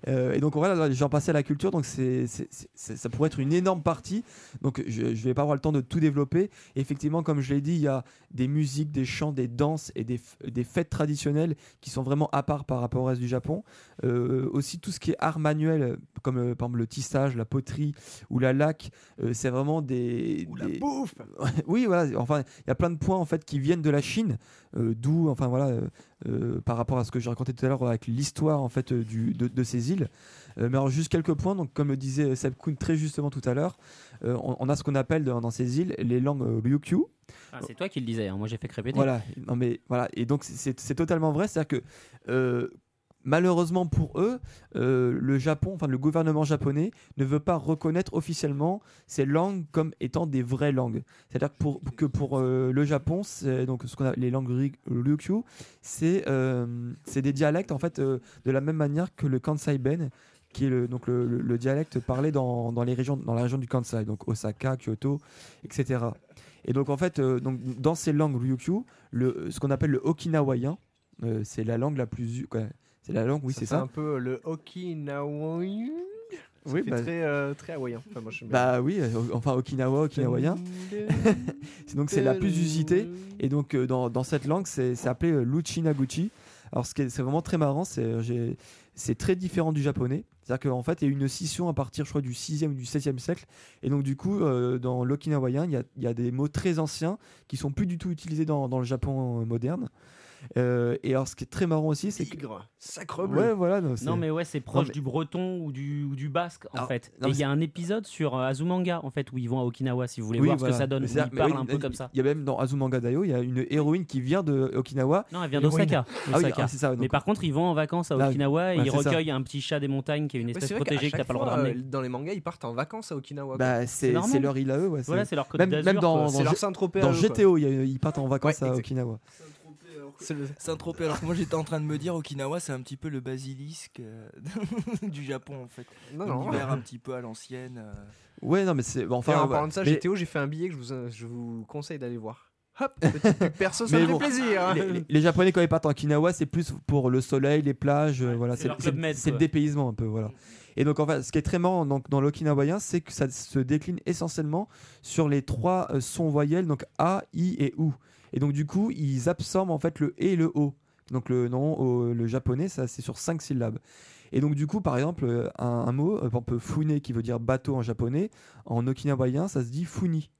B: Euh, et donc, voilà, là, j'en passais à la culture, donc c'est, c'est- c'est- c'est- ça pourrait être une énorme partie. Donc, je, je vais pas avoir le temps de tout développer. Effectivement, comme je l'ai dit, il y a des musiques, des chants, des danses et des, f- des fêtes traditionnelles qui sont vraiment à part par rapport au reste du Japon. Euh, aussi, tout ce qui est art manuel, euh, comme euh, par exemple le tissage, la poterie ou la laque, euh, c'est vraiment des.
A: Ou la
B: des-
A: bouffe
B: oui, voilà. Enfin, il y a plein de points en fait qui viennent de la Chine, euh, d'où, enfin voilà, euh, euh, par rapport à ce que j'ai raconté tout à l'heure avec l'histoire en fait euh, du, de, de ces îles. Euh, mais alors juste quelques points. Donc, comme le disait Seb Kuhn très justement tout à l'heure, euh, on, on a ce qu'on appelle dans, dans ces îles les langues euh, Ryukyu.
D: Ah, c'est toi qui le disais. hein. Moi, j'ai fait que répéter.
B: Voilà. Non mais voilà. Et donc c'est- c'est c'est totalement vrai. C'est-à-dire que euh, malheureusement pour eux, euh, le Japon, enfin le gouvernement japonais, ne veut pas reconnaître officiellement ces langues comme étant des vraies langues. C'est-à-dire que pour, que pour euh, le Japon, c'est donc ce qu'on a les langues ry- ryukyu, c'est euh, c'est des dialectes en fait euh, de la même manière que le Kansai Ben qui est le, donc le, le- le dialecte parlé dans, dans les régions, dans la région du Kansai, donc Osaka, Kyoto, etc. Et donc en fait, euh, donc, dans ces langues ryukyu, le, ce qu'on appelle le okinawayen, euh, c'est la langue la plus... u- quoi, c'est la langue, oui, c'est
A: fait
B: ça.
A: un peu euh, le Okinawa.
B: Oui, bah,
A: très, euh, très hawaïen. Enfin, moi, je me-
B: bah oui, euh, enfin Okinawa, Okinawayen. C'est- donc c'est la plus usitée. Et donc euh, dans, dans cette langue, c'est c'est appelé euh, Luchinaguchi. Alors ce qui est c'est vraiment très marrant, c'est euh, j'ai- c'est très différent du japonais. C'est-à-dire qu'en fait, il y a eu une scission à partir, je crois, du 6e ou du 7e siècle. Et donc, du coup, euh, dans l'okinawayen, il y a, il y a des mots très anciens qui sont plus du tout utilisés dans, dans le Japon euh, moderne. Euh, et alors, ce qui est très marrant aussi, c'est que.
A: Tigre, sacre bleu.
B: Ouais, voilà. non, c'est-
D: Non mais ouais c'est proche
B: mais-
D: du breton ou du, ou du basque en
B: Alors,
D: fait.
B: non,
D: Et
B: mais
D: il y a un épisode sur euh, Azumanga en fait où ils vont à Okinawa si vous voulez
B: Oui,
D: voir
B: voilà.
D: ce que ça donne.
B: Mais
D: où
B: c'est-
D: Ils
B: mais
D: parlent
B: oui,
D: un peu
B: il-
D: comme ça.
B: Il y a même dans Azumanga Daioh, il y a une héroïne qui vient de Okinawa.
D: Non elle vient
B: Héroïne.
D: d'Osaka.
B: Ah oui,
D: Osaka.
B: ah, c'est ça. donc-
D: mais par contre ils vont en vacances à
B: Là,
D: Okinawa et
B: ouais,
D: ils
B: c'est ça.
D: recueillent un petit chat des montagnes qui est une
A: Mais
D: espèce
A: c'est vrai qu'à
D: protégée que t'as
A: chaque
D: pas le droit
A: fois,
D: de ramener.
A: euh, dans les mangas, ils partent en vacances à Okinawa. quoi.
B: Bah, c'est
D: normal.
B: c'est leur île à eux. ouais, c'est-
D: Voilà c'est leur côte
B: même-
D: d'Azur.
B: même dans-
D: quoi.
A: c'est leur
B: G-
A: Saint-Tropez. à
B: Dans
A: eux, quoi.
B: GTO, il y a- ils partent en vacances
A: Ouais,
B: à
A: exact.
B: Okinawa.
A: C'est le-
E: Saint-Tropez, alors que moi j'étais en train de me dire Okinawa c'est un petit peu le basilisque euh, du Japon en fait.
B: Bah,
A: Non,
E: On
A: non.
E: l'hiver un petit peu à l'ancienne. euh.
B: Ouais, non, mais c'est. bon,
A: Et
B: Enfin,
A: en
B: voilà.
A: parlant de ça,
B: Mais-
A: GTO, j'ai fait un billet que je vous, je vous conseille d'aller voir. Hop, petite pub perso, ça
B: Mais
A: me fait
B: bon,
A: plaisir. hein.
B: les, les- les Japonais, quand ils partent en Okinawa, c'est plus pour le soleil, les plages, euh, voilà,
D: c'est
B: c'est
D: leur
B: c'est-
D: Club Med,
B: c'est le
D: quoi.
B: dépaysement un peu, voilà. Et donc, en fait, ce qui est très marrant donc, dans l'okinawayen, c'est que ça se décline essentiellement sur les trois euh, sons voyelles, donc A, I et U. Et donc, du coup, ils absorbent en fait le E et le O. Donc, le nom au- le japonais, ça c'est sur cinq syllabes. Et donc, du coup, par exemple, euh, un, un mot, euh, par exemple, fune qui veut dire bateau en japonais, en okinawayen, ça se dit funi.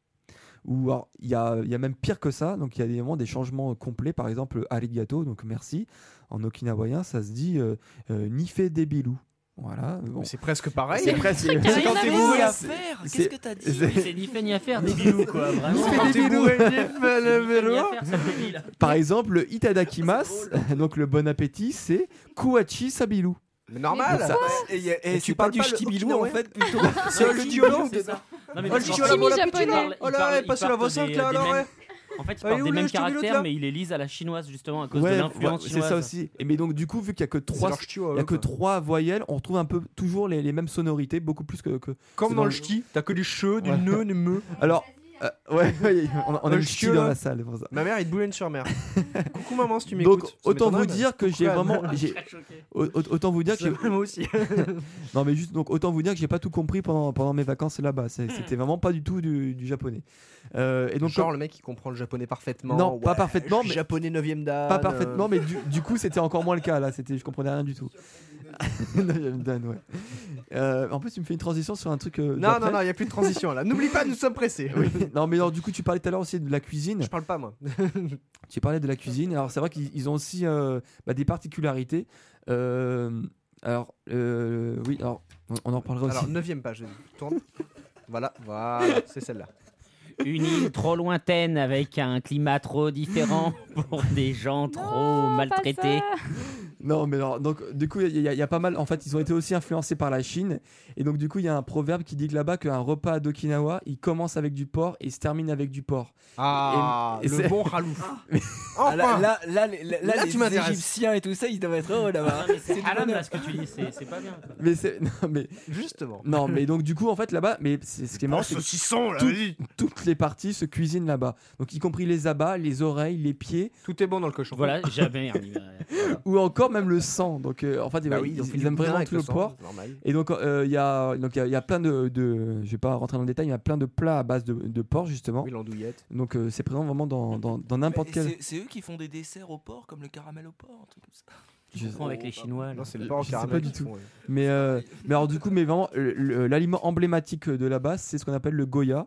B: Ou alors, il y a, il y a même pire que ça, donc il y a des moments des changements euh, complets, par exemple arigato, donc merci, en okinawayen, ça se dit euh, euh, nife debilu. Voilà. bon.
A: Mais C'est presque pareil.
B: C'est presque.
C: a rien à voir.
E: à faire
B: c'est-
E: Qu'est-ce que t'as dit
B: c'est-
D: C'est ni fait ni à faire des bilous quoi vraiment.
B: Ni fait
A: Quand
B: des
A: t'es
B: bilous.
A: bourré, tu fais le
D: C'est ni fait ni
A: vélo.
D: à faire, ça fait ni, là.
B: Par exemple, le itadakimas, donc le bon appétit, c'est kuachi sabilu.
A: Mais
B: Mais
A: Normal.
B: ça-
E: Et, y a- et
A: Mais tu
E: Eh, c'est pas
A: parles
E: du
A: pas le
E: chtibilou en
A: Okinawaen
E: fait plutôt. c'est
A: le
E: le
A: Diolo.
E: diolo
D: C'est ça. Non, mais
A: Oh, le
D: parce qu'en
A: chiola,
D: fait,
A: bon
C: japonais.
A: appétit, là.
D: Ils
A: Oh
D: parlent-
A: là,
D: ils
A: passe la
D: partent
A: voix
D: des-
A: là,
D: des
A: alors,
D: mêmes-
A: ouais.
D: En fait, ils
A: Allez,
D: partent
A: où
D: des
A: le-
D: mêmes
A: je t'ai mis l'autre
D: caractères,
A: là
D: mais ils les lisent à la chinoise, justement, à cause
B: Ouais,
D: de
B: ouais,
D: l'influence
B: c'est
D: chinoise.
B: ça aussi. Et mais donc du coup, vu qu'il y a que trois, il y a que trois voyelles, on retrouve un peu toujours les, les mêmes sonorités, beaucoup plus que. que-
A: Comme
B: c'est
A: dans
B: dans
A: le
B: le-
A: ch'ti, t'as que du che, du
B: Ouais.
A: ne, du me.
B: Alors, euh, ouais, ouais, on, on
A: Euh,
B: a le
A: le
B: ch'ti
A: chieux,
B: dans
A: là.
B: la salle pour ça.
A: Ma mère est de Boulogne-sur-Mer. Coucou maman si tu m'écoutes.
B: Donc
A: Ça
B: autant vous
A: m'étonnerait,
B: dire que j'ai
A: Pourquoi
B: vraiment, j'ai- au- au- autant vous
A: mais-
B: dire que j'ai-
A: Ça, Moi aussi.
B: non mais juste donc autant vous dire que j'ai pas tout compris pendant pendant mes vacances là-bas. C'est-
A: Hmm.
B: C'était vraiment pas du tout du, du japonais. Euh, et donc
A: Genre le mec qui comprend le japonais parfaitement.
B: Non, pas
A: Ouais,
B: parfaitement,
A: je suis
B: mais-
A: Japonais 9ème dame.
B: Pas parfaitement, mais du, du coup, c'était encore moins le cas. Là, c'était, je comprenais rien du tout. Non, j'aime Dan, ouais. Euh, en plus, tu me fais une transition sur un truc. euh,
A: Non,
B: d'après.
A: non, non, il n'y a plus de transition là. N'oublie pas, nous sommes pressés.
B: Oui. non, mais alors, du coup, tu parlais tout à l'heure aussi de la cuisine.
A: Je parle pas moi.
B: Tu parlais de la cuisine. Alors, c'est vrai qu'ils ils ont aussi euh, bah, des particularités. Euh, alors, euh, oui, alors, on, on en reparlera aussi.
A: Alors, 9ème page, vas-y. tourne. Voilà, voilà, c'est celle-là.
D: Une île trop lointaine avec un climat trop différent pour des gens trop maltraités.
B: Non, mais alors, donc, du coup, il y, a- il y a pas mal. En fait, ils ont été aussi influencés par la Chine. Et donc, du coup, il y a un proverbe qui dit que là-bas qu'un repas d'Okinawa, il commence avec du porc et il se termine avec du porc.
A: Ah,
B: Et- et
A: le
B: c'est-
A: bon ralouf.
E: Ah, là,
A: Enfin,
E: là, là, les- là,
A: Là,
E: là,
A: tu
E: les
A: m'intéresses.
E: Égyptiens et tout ça, ils doivent être heureux là-bas.
D: C'est
E: du
D: haram
E: bonheur.
D: là ce que tu dis, c'est c'est pas bien. quoi.
B: Mais c'est. Non, mais
A: justement. Ah,
B: Non, mais donc du coup, en fait, là-bas, mais c'est ce qui est marrant, c'est que
A: saucisson là,
B: tout- toutes les parties se cuisinent là-bas. Donc, y compris les abats, les oreilles, les pieds,
A: Tout est bon dans le cochon.
D: Voilà, jamais. hein, rien dit, ouais.
B: ou encore même le sang. Donc, euh, en fait,
A: Bah
B: ils-
A: oui,
B: ils,
A: on fait
B: ils
A: du
B: aiment
A: boudin
B: vraiment
A: avec
B: tout le
A: sang,
B: porc.
A: c'est normal.
B: Et donc, euh, il y a, donc, il y, a- il y a plein de, de- je vais pas rentrer dans le détail, il y a plein de plats à base de, de porc justement.
A: Oui, l'andouillette.
B: Donc, euh, c'est présent vraiment dans dans-
D: Bah,
B: dans n'importe
E: Mais
B: quel.
E: Bah, c'est- C'est eux qui font des desserts au porc, comme le caramel au porc, un truc comme ça.
B: Je-
D: Prends avec les Chinois. là.
A: Non, c'est le porc
B: je sais
A: caramel.
B: pas du
A: qu'ils
B: tout.
A: font, ouais.
B: Mais, euh, mais alors du coup, mais vraiment, le- le- l'aliment emblématique de là-bas, c'est ce qu'on appelle le goya.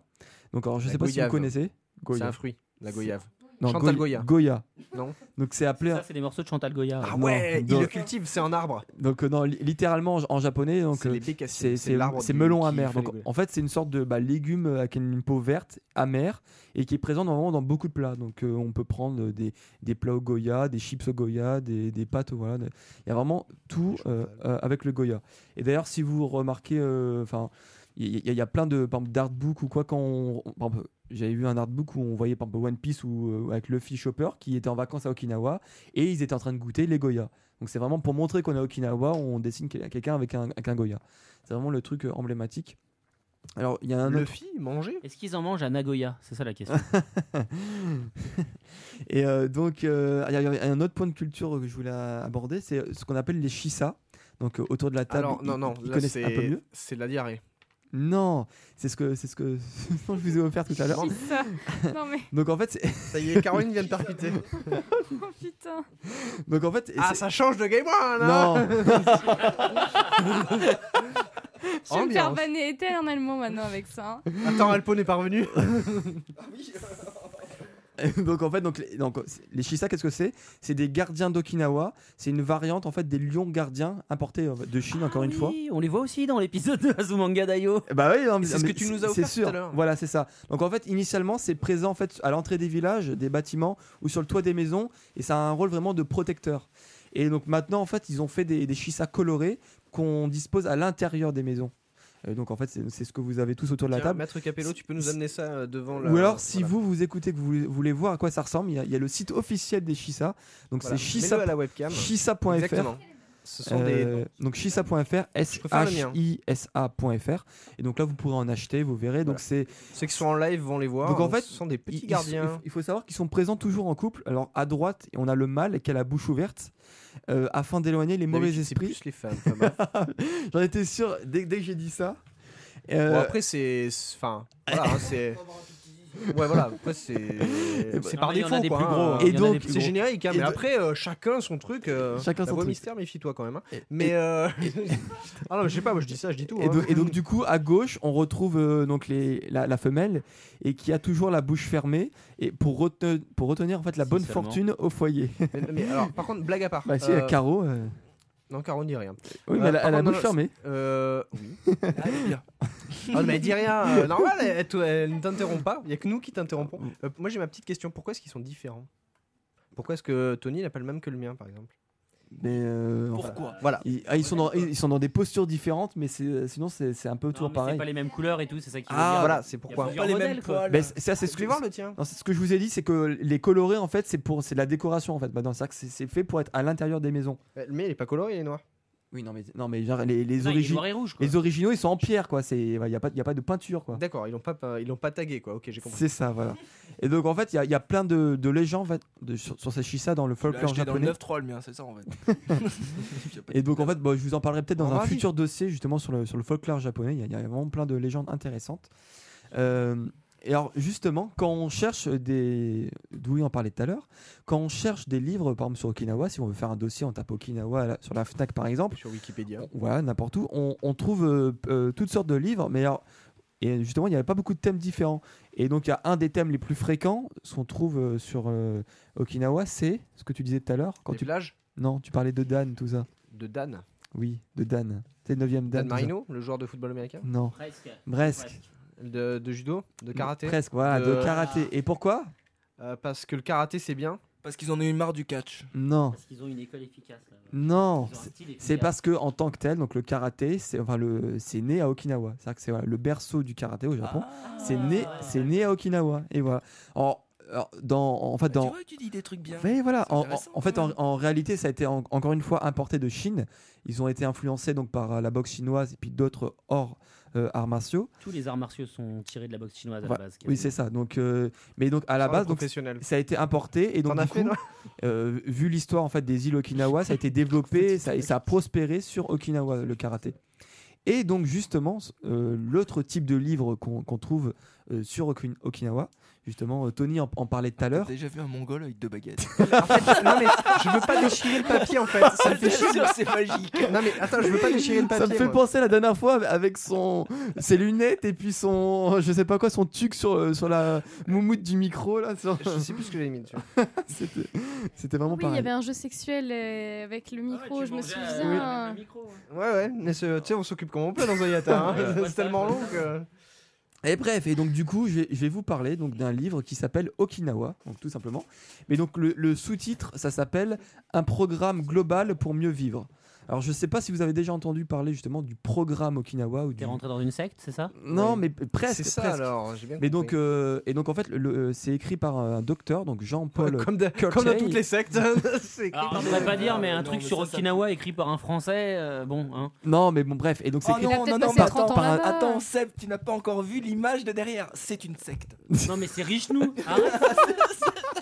B: Donc, alors, je
A: La
B: sais pas si vous
A: goyave.
B: connaissez.
A: C'est
B: Goya.
A: un fruit, la
B: C'est-
A: goyave.
B: Non,
A: Chantal
B: goy-
A: Goya.
B: Goya.
A: Non.
B: Donc, c'est appelé.
D: Ça, c'est des morceaux de Chantal Goya.
A: Ah
B: non,
A: ouais, il
B: non.
A: le cultive, c'est un arbre.
B: Donc euh, non, li- littéralement en, en japonais, donc
A: C'est
B: euh,
A: les bécassines,
B: c'est c'est-
A: l'arbre
B: c'est
A: du-
B: melon
A: qui
B: amer.
A: fait les
B: Donc
A: goyes.
B: en fait, c'est une sorte de bah, légume avec une peau verte amère et qui est présent normalement dans beaucoup de plats. Donc euh, on peut prendre des, des plats au goya, des chips au goya, des, des pâtes au voilà. des- Il y a vraiment tout euh, euh, avec le goya. Et d'ailleurs, si vous remarquez, euh, enfin. il y, a- il y a- il y a plein de par exemple, d'artbook ou quoi quand on, par exemple, j'avais vu un artbook où on voyait par exemple, One Piece ou euh, avec Luffy Chopper qui était en vacances à Okinawa et ils étaient en train de goûter les goya. Donc c'est vraiment pour montrer qu'on est à Okinawa, on dessine quel- quelqu'un avec un, avec un Goya. C'est vraiment le truc euh, emblématique. Alors il y a un autre-
A: Luffy, manger
D: Est-ce qu'ils en mangent à Nagoya C'est ça la question.
B: et euh, donc euh, il y, a- il y a un autre point de culture que je voulais euh, aborder, c'est ce qu'on appelle les shisa. Donc euh, autour de la table,
A: Alors,
B: ils-
A: non, non,
B: ils
A: là,
B: connaissent un peu
A: c'est
B: mieux.
A: c'est de la diarrhée.
B: Non, c'est ce que c'est ce que je vous ai offert tout à l'heure.
C: ça. Non mais,
B: Donc en fait, c'est-
A: Ça y est, Caroline vient de tarpiter.
C: oh putain.
B: donc en fait,
A: Ah,
B: c'est-
A: ça change de Game One hein. là
B: non, Oh,
C: Je vais me faire
A: Ambiance.
C: banner éternellement maintenant avec ça. hein.
A: Attends, Alpo n'est pas revenu.
B: donc en fait, donc les, donc, c'est- les Shisa, qu'est-ce que c'est C'est des gardiens d'Okinawa. C'est une variante en fait des lions gardiens importés en fait, de Chine encore
D: Ah
B: une fois.
D: oui, On les voit aussi dans l'épisode de Azumanga Daioh.
B: Bah oui, non, mais-
A: c'est ce
B: mais
A: que tu nous as
B: c'est
A: offert
B: sûr.
A: tout à l'heure.
B: Voilà, c'est ça. Donc en fait, initialement, c'est présent en fait à l'entrée des villages, des bâtiments ou sur le toit des maisons, et ça a un rôle vraiment de protecteur. Et donc maintenant, en fait, ils ont fait des, des shisa colorés qu'on dispose à l'intérieur des maisons. Euh, donc en fait, c'est c'est ce que vous avez tous autour de la
A: Tiens,
B: table.
A: Maître Capello, tu peux nous amener ça euh, devant la.
B: Ou alors, si
A: voilà.
B: vous vous écoutez, que vous voulez, vous voulez voir à quoi ça ressemble, il y a, il y a le site officiel des shisa. Donc
A: Voilà.
B: c'est
A: Mets-le à
B: shisa-
A: la webcam.
B: shisa.fr.
A: Exactement. Ce sont des.
B: Euh, donc shisa.fr, s
A: préfère le
B: h
A: mien.
B: i s a.fr et donc là vous pourrez en acheter, vous verrez.
A: Voilà.
B: Donc c'est
A: Ceux qui sont en live vont les voir.
B: Donc, en fait,
A: ce sont des
B: Ils-
A: petits
B: ils-
A: gardiens.
B: Il faut savoir qu'ils sont présents toujours en couple. Alors à droite, on a le mâle qui a la bouche ouverte euh, afin d'éloigner
D: Bah,
B: les mauvais
A: D'habitude, c'est
B: esprits.
A: plus les femmes. pas mal.
B: J'en étais sûr dès, dès que j'ai dit ça.
A: Bon,
B: Euh,
A: après, c'est. c'est- Enfin, voilà, hein, c'est. Ouais, voilà, après, c'est. C'est
D: Non,
A: par
D: mais il y en a
A: défaut,
D: des
A: quoi.
D: plus
A: hein.
D: gros,
B: Eh ben, Et
D: il y en a
B: donc,
D: des plus
A: C'est
D: gros.
A: générique, hein,
B: Et
A: mais
B: de-
A: après, euh, chacun son truc. euh,
B: Chacun
A: la
B: son
A: voix
B: truc.
A: mystère, méfie-toi quand même. hein.
B: Et-
A: Mais. euh, ah non, je sais pas, moi je dis ça, je dis tout.
B: et,
A: hein.
B: donc, et donc, du coup à gauche on retrouve euh, donc les, la, la femelle et qui a toujours la bouche fermée et pour, rete- pour retenir en fait la
D: Si
B: bonne
D: seulement.
B: fortune au foyer.
A: Mais, mais alors, par contre, blague à part.
B: bah si
A: euh,
B: Caro, euh,
A: Non, car on dit rien.
B: oui,
A: euh,
B: mais elle, a-
A: par
B: elle a la
A: contre,
B: bouche
A: non,
B: fermée.
A: Euh.
E: Ah, bien.
A: Oh, mais elle dit rien. euh, normal, elle, elle- elle ne t'interrompt pas. Il y a que nous qui t'interrompons.
B: Mm.
A: Euh, moi j'ai ma petite question. Pourquoi est-ce qu'ils sont différents Pourquoi est-ce que Tony n'a pas le même que le mien, par exemple
B: Mais euh, enfin,
E: Pourquoi
A: Voilà.
B: ils, ah, ils sont dans, ils sont dans des postures différentes, mais c'est- euh, sinon c'est c'est un peu toujours
D: Non, mais C'est
B: pareil.
D: pas les mêmes couleurs et tout, c'est ça qui veut
A: Ah,
D: dire.
A: voilà, c'est
D: Il
A: pourquoi.
D: y a
E: Pas les mêmes
D: modèles, quoi.
E: poils.
B: Ben, c'est- c'est assez
A: Je vais voir le tien.
B: Non, c'est ce que je vous ai dit, c'est que les colorés, en fait, c'est pour c'est de la décoration, en fait. Bah, Maintenant, c'est que c'est- c'est fait pour être à l'intérieur des maisons.
A: Mais Euh, il est pas coloré, il est noir.
B: Oui, non, mais non, mais genre, les, les
D: Non, il est
B: origi-
D: noir et rouge, quoi.
B: les originaux, ils sont en pierre, quoi. C'est il y a pas il y a pas de peinture, quoi.
A: D'accord, ils l'ont pas, pas- ils l'ont pas tagué quoi. Ok, j'ai compris.
B: C'est ça, voilà. Et donc, en fait, il y a- il y, a plein de, de légendes en fait, de- sur, sur ces shishas dans le
E: Je l'ai
B: folklore
E: acheté dans le
B: japonais.
E: 9-3 le mien, c'est ça en fait. Il y a pas de-
B: Et donc, en fait, bon, je vous en parlerai peut-être dans
A: Oh,
B: un
A: vas-y.
B: futur dossier, justement, sur le, sur le folklore japonais. Il y, a, il y a vraiment plein de légendes intéressantes. Euh, et alors, justement, quand on cherche des. D'où en parlait tout à l'heure. Quand on cherche des livres, par exemple, sur Okinawa, si on veut faire un dossier, on tape Okinawa à la- sur la Fnac, par exemple.
A: Sur Wikipédia.
B: on- voilà, n'importe où, on, on trouve euh, euh, toutes sortes de livres, mais alors, et justement, il n'y avait pas beaucoup de thèmes différents. Et donc, il y a un des thèmes les plus fréquents, ce qu'on trouve euh, sur euh, Okinawa, c'est ce que tu disais tout à l'heure.
A: Quand
B: Quand tu...
A: tu l'âge
B: Non, tu parlais de Dan, tout ça.
A: de Dan.
B: Oui, de Dan. C'est le 9e Dan.
A: Dan
B: tout ça.
A: Marino, le joueur de football américain,
B: Non,
D: Presque.
B: presque.
A: de, de judo, de
B: Mm,
A: karaté.
B: Presque, voilà, de,
E: Euh,
A: De-
B: karaté. Et pourquoi
A: Euh, parce que le karaté c'est bien.
E: Parce qu'ils en ont eu marre du catch.
B: Non,
D: Parce qu'ils ont une école efficace. là.
B: non.
D: Ils ont un style efficace.
B: C'est parce que en tant que tel, donc le karaté, c'est enfin le, c'est né à Okinawa. C'est-à-dire que c'est voilà, le berceau du karaté au Japon.
E: Ah.
B: c'est né, c'est né à Okinawa. Et voilà. En, alors, dans, en fait,
E: Bah, Tu
B: dans,
E: vois, tu dis des trucs bien.
B: Mais voilà,
E: C'est
B: en, en-
E: intéressant,
B: en fait, en,
E: ouais.
B: en réalité, ça a été en- encore une fois importé de Chine. Ils ont été influencés donc par euh, la boxe chinoise et puis d'autres hors euh, arts martiaux.
D: Tous les arts martiaux sont tirés de la boxe chinoise à
B: Ouais.
D: la base.
B: Oui, c'est ça. Donc, euh, mais donc à la base, donc
A: professionnel.
B: ça a été importé et donc
A: T'en as
B: du
A: fait
B: coup,
A: non
B: euh, vu l'histoire en fait des îles Okinawa, ça a été développé ça, et ça a prospéré sur Okinawa le karaté. Et donc justement, s- euh, l'autre type de livre qu'on qu'on trouve euh, sur Okin- Okinawa, justement, euh, Tony en, en parlait tout à
E: T'as
B: l'heure.
E: déjà vu un mongol avec deux baguettes
A: En fait, non mais je veux pas déchirer le papier en fait. Ça me fait chier.
E: c'est magique.
A: Non mais attends, je veux pas déchirer le papier.
B: Ça me fait
A: moi.
B: penser à la dernière fois avec son ses lunettes et puis son je sais pas quoi son tuc sur euh, sur la moumoute du micro là. sur-
A: Je sais plus ce que j'ai mis. Tu vois.
B: C'était c'était vraiment
C: Oui, il y
B: pareil.
C: avait un jeu sexuel euh, avec
A: Ah
C: le micro, je me
A: euh,
E: hein.
C: souviens.
A: Ouais ouais, mais ce- tu sais, on s'occupe comme on peut dans Zoyata. Hein. c'est tellement long que.
B: Et bref, et donc du coup, je vais, je vais vous parler donc d'un livre qui s'appelle Okinawa, donc tout simplement. Mais donc le, le sous-titre, ça s'appelle Un programme global pour mieux vivre. Alors je sais pas si vous avez déjà entendu parler justement du programme Okinawa ou du.
D: T'es rentré dans une secte, c'est ça
B: Non,
A: Oui.
B: mais presque.
A: C'est ça
B: presque.
A: alors. J'ai bien
B: Mais donc
A: compris.
B: euh, et donc en fait, le- le- c'est écrit par un docteur, donc Jean-Paul.
A: Ah, comme, de-
B: Curtay.
A: comme dans toutes les sectes. hein, c'est écrit
D: Alors,
A: dans-
D: je voudrais pas dire, mais un
E: Ah, Non,
D: truc
E: mais
D: sur
E: ça, ça-
D: Okinawa écrit par un Français, euh, bon, hein.
B: Non, mais bon, bref. Et donc c'est
E: Oh
B: écrit-
E: non,
C: Il a peut-être
E: non, non,
C: passé
E: mais
C: 30 ans
B: par un-
C: là-bas.
E: Attends, Seb, tu n'as pas encore vu l'image de derrière. C'est une secte.
D: Non, mais c'est riche, nous Arrête,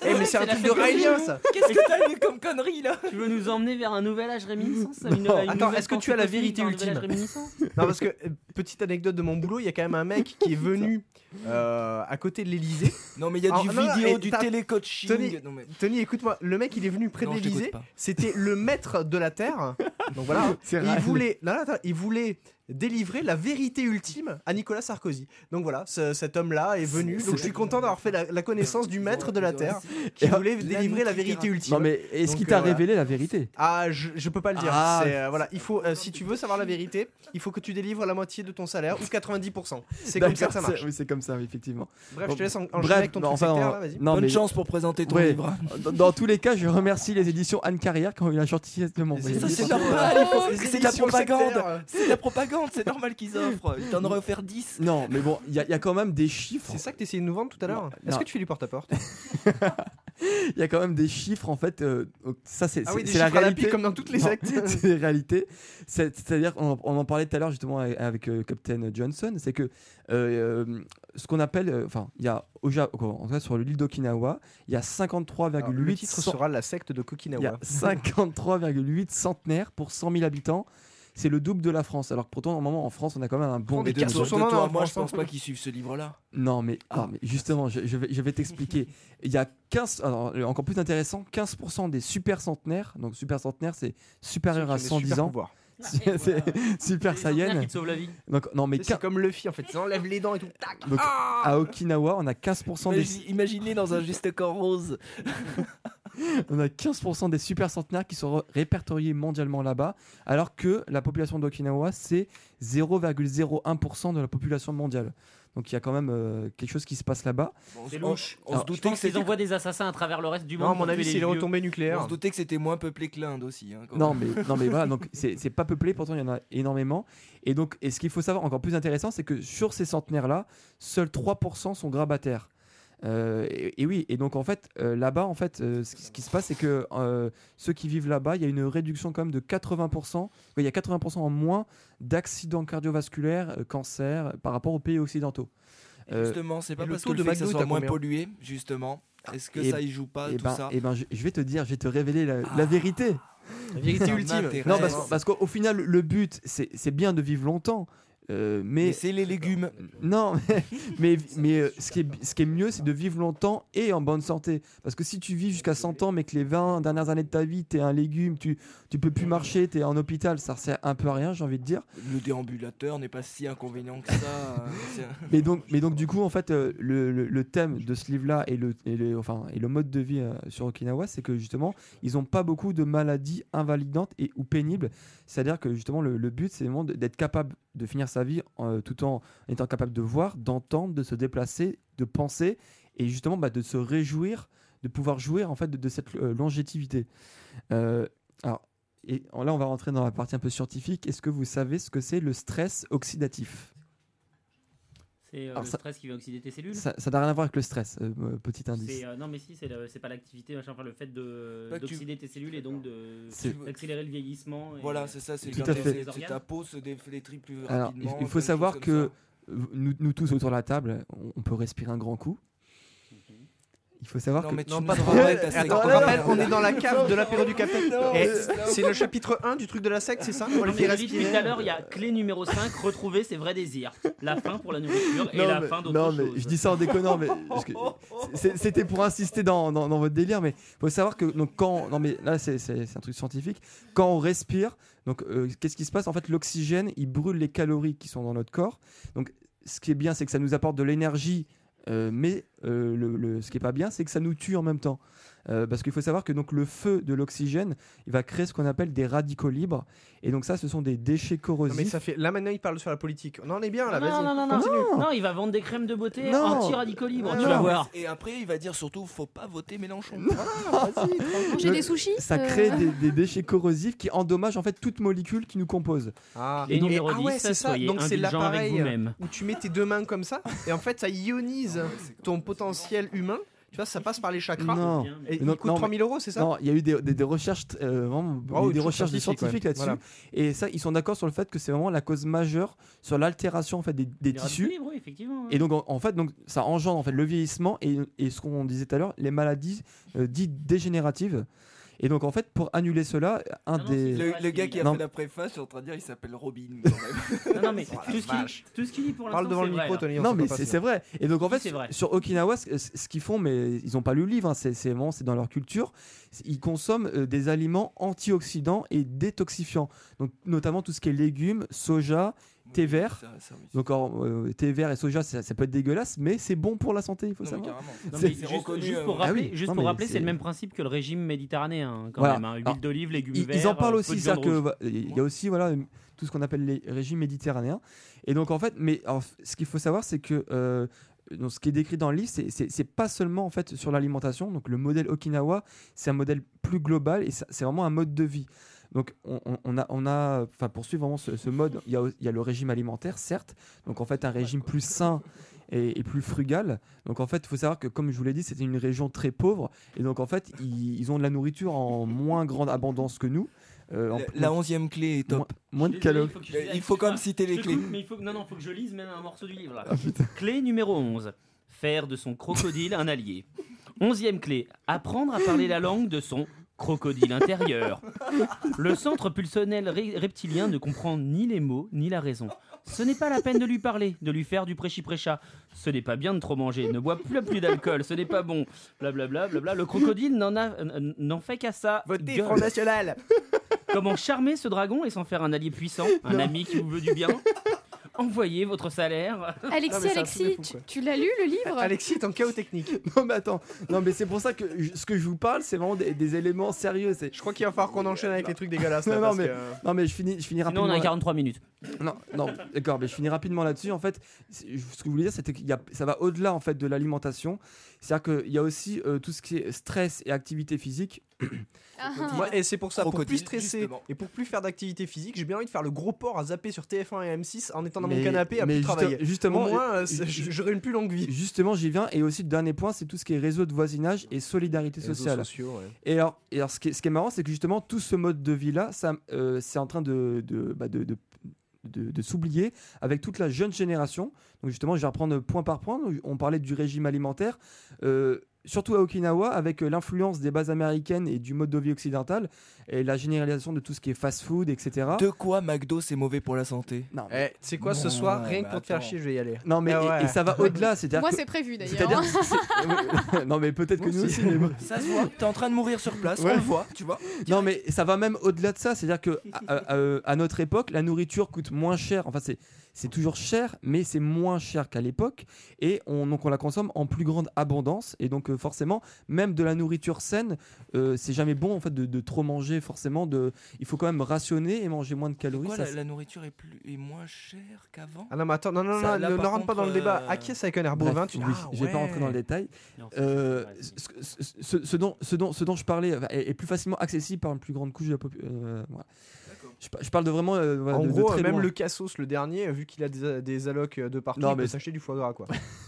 A: Eh, mais c'est un
D: la
A: truc de
D: fête de
A: Raélien
D: Jules.
A: ça.
E: Qu'est-ce que t'as vu comme connerie là
D: Tu veux nous emmener vers un nouvel âge réminiscence
B: Non.
D: une- une
A: Attends,
D: nouvelle
A: est-ce que tu as la
D: pensée
A: vérité
D: cosmique, un
A: ultime
D: nouvel âge réminiscence
A: Non, parce que, euh, petite anecdote de mon boulot, il y a quand même un mec qui est venu euh, à côté de l'Elysée.
E: Non, mais il y a
A: Alors,
E: du
A: non, non,
E: vidéo,
A: et
E: du
A: t'as-
E: télécoaching.
A: Tenez.
E: Non, mais...
A: Tony, écoute-moi, le mec il est venu près
E: Non,
A: de
E: je t'écoute
A: l'Elysée.
E: pas.
A: C'était le maître de la Terre. Donc voilà.
B: C'est
A: Et il
B: Raël.
A: voulait, non, non, attends, il voulait délivrer la vérité ultime à Nicolas Sarkozy. Donc voilà, ce- cet homme-là est venu.
E: C'est-
A: Donc je
E: c'est-
A: suis content d'avoir fait la, la connaissance du maître de la Terre qui
B: Et-
A: voulait
E: la
A: délivrer la
E: nuit qui
A: vérité
E: gratte.
A: ultime.
B: Non, mais est-ce
A: Donc,
B: qu'il t'a
A: euh, voilà.
B: révélé la vérité
A: Ah, je, je peux pas le dire.
B: Ah.
A: C'est, euh, voilà, il faut, euh, si tu veux savoir la vérité, il faut que tu délivres la moitié de ton salaire ou 90%. C'est comme ça que ça
B: D'accord,
A: marche.
B: c'est- Oui, c'est comme ça, effectivement.
A: Bref, je te laisse en, enchaîner
B: Bref,
A: avec ton
B: non,
A: truc
B: enfin,
A: sectaire,
B: en-
A: là, vas-y.
B: non,
E: Bonne
B: mais-
E: chance pour présenter ton
B: Ouais.
E: livre.
B: Dans, dans tous les cas, je remercie les éditions Anne Carrière qui ont eu la gentillesse de m'envoyer.
E: Ça,
B: le
E: c'est
B: livre.
E: normal. il faut-
A: Les
E: C'est de la
A: éditions
E: propagande.
A: sectaires.
E: C'est de la propagande. C'est normal qu'ils offrent. Ils t'en auraient offert 10.
B: Non, mais bon, il y, a- il y a quand même des chiffres.
A: C'est ça que tu essayais de nous vendre tout à l'heure
B: Non,
A: Est-ce
B: non.
A: que tu fais du porte-à-porte
B: Il y a quand même des chiffres en fait. euh, donc ça, c'est
A: Ah
B: c'est-
A: oui, des
B: c'est la
A: chiffres à la
B: réalité.
A: pile, comme dans toutes les
B: Non,
A: sectes.
B: c'est la réalité. C'est- C'est-à-dire, on, en- on en parlait tout à l'heure justement avec, avec, euh, Captain Johnson, c'est que euh, euh, ce qu'on appelle, euh, enfin, il y a au Japon, en tout cas sur l'île d'Okinawa, il y a
A: Alors, Le
B: 53,8
A: titre
B: cent-
A: sera La secte de hein.
B: Il y a
A: Kokinawa.
B: 53,8 centenaires pour 100 000 habitants. C'est le double de la France. Alors que pourtant, au moment en France, on a quand même un bon.
A: Prends des
E: Mais de
A: cartons
E: toi-
A: sur
E: de
A: main,
E: toi,
A: non,
E: moi, je
A: franchement.
E: pense pas qu'ils suivent ce livre-là.
B: Non, mais,
A: Ah.
B: non, mais justement, je, je vais, je vais t'expliquer. Il y a 15, alors, euh, encore plus intéressant, 15% des super centenaires. Donc, super centenaire, c'est supérieur à
A: Ceux qui ont des
B: 110
A: super
B: ans.
A: pouvoirs.
B: C'est c'est super
D: C'est les centenaires
B: Saiyan.
D: qui te sauvent la vie.
B: Donc, non, mais
A: C'est
B: quin-
A: comme Luffy en fait, ils enlèvent les dents et tout. Tac
B: donc, à Okinawa, on a 15% des,
E: Imagine- Imaginez dans un juste corps rose.
B: on a 15% des super centenaires qui sont re- répertoriés mondialement là-bas, alors que la population d'Okinawa, c'est 0,01% de la population mondiale. Donc il y a quand même euh, quelque chose qui se passe là-bas.
E: Bon, on
D: C'est
E: se- on-
D: louche.
E: On,
B: Alors,
E: se
D: Je
E: doutait que
D: pense qu'ils
E: c'était-
D: envoient des assassins à travers le reste du monde.
A: Non, à mon
D: pour
A: avis,
D: tuer les
A: c'est les
D: vieux.
A: retombées
E: on
A: nucléaires.
E: se doutait que c'était moins peuplé que l'Inde aussi. hein, quand
B: Non
E: même.
B: mais, non mais voilà, donc c'est c'est pas peuplé, pourtant il y en a énormément. Et donc, et ce qu'il faut savoir, encore plus intéressant, c'est que sur ces centenaires-là, seuls 3% sont grabataires. Euh, et, et oui, et donc en fait, euh, là-bas, en fait, euh, ce, qui- ce qui se passe, c'est que euh, ceux qui vivent là-bas, il y a une réduction quand même de 80%, il y a 80% en moins d'accidents cardiovasculaires, euh, cancers, par rapport aux pays occidentaux.
E: Et
B: Euh,
E: justement, c'est pas
A: et le
E: parce
A: taux
E: que
A: de
E: le fait que ça
A: McDo est
E: soit
A: à
E: moins
A: combien
E: pollué, justement. Est-ce que
B: Et-
E: ça y joue pas,
B: et
E: tout
B: ben,
E: ça
B: et ben je, je vais te dire, je vais te révéler la, la
E: Ah.
B: vérité.
A: La vérité
E: Ça
A: ultime.
E: m'intéresse.
B: Non,
E: Ouais,
B: parce,
E: non.
B: parce qu'au au final, le but, c'est c'est bien de vivre longtemps, euh, mais
E: Mais c'est les légumes.
B: non, mais, mais, mais, euh, ce, qui est, ce qui est mieux, c'est de vivre longtemps et en bonne santé. Parce que si tu vis jusqu'à 100 ans, mais que les 20 dernières années de ta vie, t'es un légume, tu, tu peux plus marcher, t'es en hôpital, ça sert un peu à rien, j'ai envie de dire.
E: Le déambulateur n'est pas si inconvénient que ça. euh, c'est-
B: Mais donc, mais donc du coup, en fait, euh, le, le- le thème de ce livre-là et le, et le- enfin, et le mode de vie euh, sur Okinawa, c'est que justement, ils n'ont pas beaucoup de maladies invalidantes et ou pénibles. C'est-à-dire que justement, le, le but, c'est vraiment de- d'être capable de finir sa vie euh, tout en étant capable de voir, d'entendre, de se déplacer, de penser et justement bah, de se réjouir, de pouvoir jouir en fait de, de cette euh, longévité. Euh, alors, et en- là, on va rentrer dans la partie un peu scientifique. Est-ce que vous savez ce que c'est le stress oxydatif
D: C'est euh,
B: Alors
D: le
B: ça-
D: stress qui va oxyder tes cellules.
B: Ça ça n'a rien à voir avec le stress, euh, euh, petit indice.
D: C'est, euh, non, mais si, c'est le- c'est pas l'activité, machin, enfin le fait de-
E: Pas que tu-
D: d'oxyder tes cellules et donc de-
B: C'est-
D: d'accélérer le vieillissement. et-
E: Voilà, c'est ça, c'est
B: Tout
E: quand
B: à
E: t'es-
B: fait.
E: c'est-
D: Organes.
E: ta peau se déflétrit plus
B: Alors, il- il
E: rapidement.
B: faut
E: plein de
B: savoir
E: choses
B: que-
E: comme
B: Nous, nous tous autour de la table, on, on peut respirer un grand coup. Il faut
E: ça.
B: savoir
E: Non,
B: que.
E: mais tu
A: Non,
E: nous
A: pas de
E: parleras
A: rappel.
E: de ta
A: Attends,
E: secte.
A: rappel, on est dans la cave de l'apéro du café.
E: Non,
A: Eh,
E: c'est là où-
A: C'est le chapitre 1 du truc de la secte, c'est ça On les
D: Non,
A: fait
D: mais je l'ai dit
A: respirer.
D: Depuis tout à l'heure, il y a clé numéro 5, retrouver ses vrais désirs. La faim pour la nourriture et
B: Non,
D: la
B: mais-
D: faim d'autre
B: non,
D: chose.
B: mais je dis ça en déconnant, mais parce que c'est- c'était pour insister dans, dans- dans votre délire. Mais il faut savoir que donc, quand. Non, mais là, c'est- c'est c'est un truc scientifique. Quand on respire, donc euh, qu'est-ce qui se passe En fait, l'oxygène, il brûle les calories qui sont dans notre corps. Donc, ce qui est bien, c'est que ça nous apporte de l'énergie, euh, mais euh, le, le- ce qui est pas bien, c'est que ça nous tue en même temps. Euh, parce qu'il faut savoir que donc le feu de l'oxygène, il va créer ce qu'on appelle des radicaux libres. Et donc ça, ce sont des déchets
A: Non,
B: corrosifs.
A: mais ça fait. Là maintenant, il parle sur la politique. Non, on est bien là,
D: Non,
A: vas-y.
D: non, non, non.
A: continue.
D: Non, il va vendre des crèmes de beauté
B: Non.
D: anti-radicaux libres, tu
B: Non.
D: vas voir.
E: Et après, il va dire surtout, faut pas voter Mélenchon.
C: Manger
B: Le-
C: des sushis
B: ça
C: euh,
B: crée des, des déchets corrosifs qui endommagent en fait toute molécule qui nous compose.
A: Ah,
D: Et numéro
A: ah
D: 10,
A: ouais, c'est ça.
D: soyez
A: Donc c'est
D: indulgents avec
A: l'appareil
D: vous-même.
A: où tu mets tes deux mains comme ça et en fait ça
B: Ah
A: ionise ton potentiel humain. Tu vois, ça passe par les chakras.
B: Non.
A: Et
B: Non,
A: il coûte
B: non,
A: 3000 euros, c'est ça
B: Non, il y a eu des, des- des recherches, euh, vraiment,
A: Ah
B: il y a eu
A: oui,
B: des
A: tout
B: recherches des
A: scientifique, ouais.
B: scientifiques là-dessus.
A: Voilà.
B: Et ça, ils sont d'accord sur le fait que c'est vraiment la cause majeure sur l'altération en fait des, des
D: Les radicaux
B: tissus.
D: libres, oui, effectivement.
B: Et donc en, en fait, donc ça engendre en fait le vieillissement et, et ce qu'on disait tout à l'heure, les maladies euh, dites dégénératives. Et donc en fait, pour annuler cela, un
D: Non, non,
B: des
E: Le, le gars qui a
B: Non.
E: fait la préface, je suis en train de dire, il s'appelle Robin. quand même.
D: Non, non, mais
A: Oh la
D: tout ce qu'il-
A: vache.
D: tout ce qu'il dit pour l'instant,
A: Parle devant
D: c'est
A: le
D: vrai,
A: micro,
D: là.
A: Tony. on
B: Non,
A: s'entend
B: mais
A: pas,
B: c'est
A: sinon.
B: c'est vrai. Et donc, en
D: Oui,
B: fait,
D: c'est
B: sur-
D: vrai.
B: sur Okinawa, ce, ce- ce qu'ils font, mais ils n'ont pas lu le livre, hein, c'est c'est vraiment c'est dans leur culture, ils consomment euh, des aliments antioxydants et détoxifiants. Donc, notamment tout ce qui est légumes, soja. Thé vert.
E: Ça, ça, oui.
B: Donc, en, euh, thé vert et soja, ça, ça peut être dégueulasse, mais c'est bon pour la santé, il faut
E: Non, mais
B: savoir.
E: carrément.
D: hein. Non,
B: C'est-
D: mais juste,
E: c'est reconnu,
D: juste
E: euh,
D: pour
B: Ah
D: rappeler,
B: oui,
D: juste
B: non,
D: pour
B: mais
D: rappeler,
B: c'est-
D: c'est le même principe que le régime méditerranéen, hein, quand
B: Voilà.
D: même. hein. Huile
B: Alors,
D: d'olive, légumes
B: Ils,
D: verts.
B: ils en parlent
D: euh,
B: aussi,
D: peu de
B: c'est-à-dire
D: viande
B: que
D: rouge.
B: va- il y a aussi voilà euh, tout ce qu'on appelle les régimes méditerranéens. Et donc en fait, mais alors, ce qu'il faut savoir, c'est que euh, donc, ce qui est décrit dans le livre, c'est- c'est c'est pas seulement en fait sur l'alimentation. Donc le modèle Okinawa, c'est un modèle plus global et ça- c'est vraiment un mode de vie. Donc on, on- on a, on a, enfin pour suivre vraiment ce, ce mode, il y, a, il y a le régime alimentaire, certes. Donc en fait un régime plus sain et, et plus frugal. Donc en fait, il faut savoir que comme je vous l'ai dit, c'était une région très pauvre et donc en fait ils, ils ont de la nourriture en moins grande abondance que nous. Euh, en
E: La-
B: plus-
E: La onzième clé est top. Euh,
B: moins, moins de
D: Désolé,
B: calories.
D: faut que je-
E: Il faut quand même citer les
D: Je
E: clés. Ah,
D: coupe, mais il faut, que- non, non, faut que je lise même un morceau du livre. Là. clé numéro 11. Faire de son crocodile un allié. Onzième clé. Apprendre à parler la langue de son crocodile intérieur. Le centre pulsionnel re- reptilien ne comprend ni les mots ni la raison. Ce n'est pas la peine de lui parler, de lui faire du prêchi-prêcha. Ce n'est pas bien de trop manger, ne bois plus, plus d'alcool, ce n'est pas bon. Blablabla, blablabla. Le crocodile n'en a- n- n'en fait qu'à ça.
A: Votez Front National
D: Comment charmer ce dragon et s'en faire un allié puissant, un ami qui vous veut du bien envoyez votre salaire.
A: Non, mais
C: Alexis,
A: c'est un truc
C: Alexis,
A: de fou,
C: tu,
A: quoi.
C: tu l'as lu le livre
A: Alexis est en chaos technique.
B: Non, mais attends. Non, mais c'est pour ça que je- ce que je vous parle, c'est vraiment des, des éléments sérieux. C'est...
A: Je crois qu'il va falloir qu'on enchaîne avec les trucs dégueulasses.
B: Non,
A: là,
B: non,
A: parce
B: mais-
A: que- euh,
B: Non, mais je finis, je finis
D: Sinon,
B: rapidement.
D: on a 43 minutes.
B: Non, non, d'accord, mais je finis rapidement là-dessus. En fait, c'est- ce que je voulais dire, c'était qu'il y a, ça va au-delà en fait de l'alimentation. C'est-à-dire qu'il y a aussi euh, tout ce qui est stress et activité physique.
C: Ah,
A: Moi, et c'est pour ça, pour
E: Crocodile,
A: plus stresser
E: justement.
A: et pour plus faire d'activité physique, j'ai bien envie de faire le gros port à zapper sur TF1 et M6 en étant dans
B: Mais-
A: mon canapé à
B: mais
A: plus
B: juste-
A: travailler. Au
B: Justement,
A: moins, euh,
B: je-
A: c'est-
B: je-
A: j'aurai une plus longue vie.
B: justement, j'y viens. Et aussi, le dernier point, c'est tout ce qui est réseau de voisinage et solidarité sociale. Et alors, et alors, ce, qui est, ce qui est marrant, c'est que justement, tout ce mode de vie-là, ça, euh, c'est en train de, de, bah, de- de- de- de s'oublier avec toute la jeune génération. Donc justement, je vais reprendre point par point. Donc, On parlait du régime alimentaire, euh, surtout à Okinawa, avec euh, l'influence des bases américaines et du mode de vie occidental, et la généralisation de tout ce qui est fast-food, etc.
E: De quoi McDo c'est mauvais pour la santé
B: Non, mais,
A: Eh, tu sais quoi, ce
E: Non,
A: soir,
E: mais
A: rien que pour te faire
E: attends.
A: chier, je vais y aller.
B: non, mais
A: Ah ouais.
B: et, et ça va au-delà, c'est-à-dire
C: Moi,
B: que-
C: c'est prévu d'ailleurs.
B: c'est-à-dire
C: hein.
B: que c'est- non, mais peut-être que
A: Moi
B: nous
A: aussi.
B: aussi. mais bon.
E: Ça se voit, t'es en train de mourir sur place,
B: Ouais.
E: on le voit, tu vois.
B: Non, mais ça va même au-delà de ça. C'est-à-dire que à, à- euh, à notre époque, la nourriture coûte moins cher. Enfin, c'est c'est toujours cher, mais c'est moins cher qu'à l'époque. Et on, donc, on la consomme en plus grande abondance. Et donc, euh, forcément, même de la nourriture saine, euh, c'est jamais bon en fait de, de trop manger. Forcément, de, il faut quand même rationner et manger moins de calories.
E: Pourquoi
B: ça,
E: la,
B: c'est-
E: la nourriture est, plus, est moins chère qu'avant
A: Ah non, mais attends, non, non,
E: Ça,
A: non,
E: là,
A: ne,
E: par
A: ne rentre pas
E: contre,
A: dans le débat.
E: euh,
A: Acquiesce avec un air
B: Bref,
A: bovin, tu
B: oui,
A: Ah,
B: je vais pas
A: ouais.
B: rentrer dans le détail. Euh, ce, ce- ce- ce dont, ce, dont, ce dont je parlais euh, est, est plus facilement accessible par une plus grande couche de la population. je, par- je parle de vraiment. euh, voilà,
A: En
B: de- de
A: gros,
B: très
A: même
B: loin.
A: le Cassos, le dernier, euh, vu qu'il a des, des allocs euh, de partout,
B: Non,
A: il peut
B: mais-
A: s'acheter du foie gras, quoi.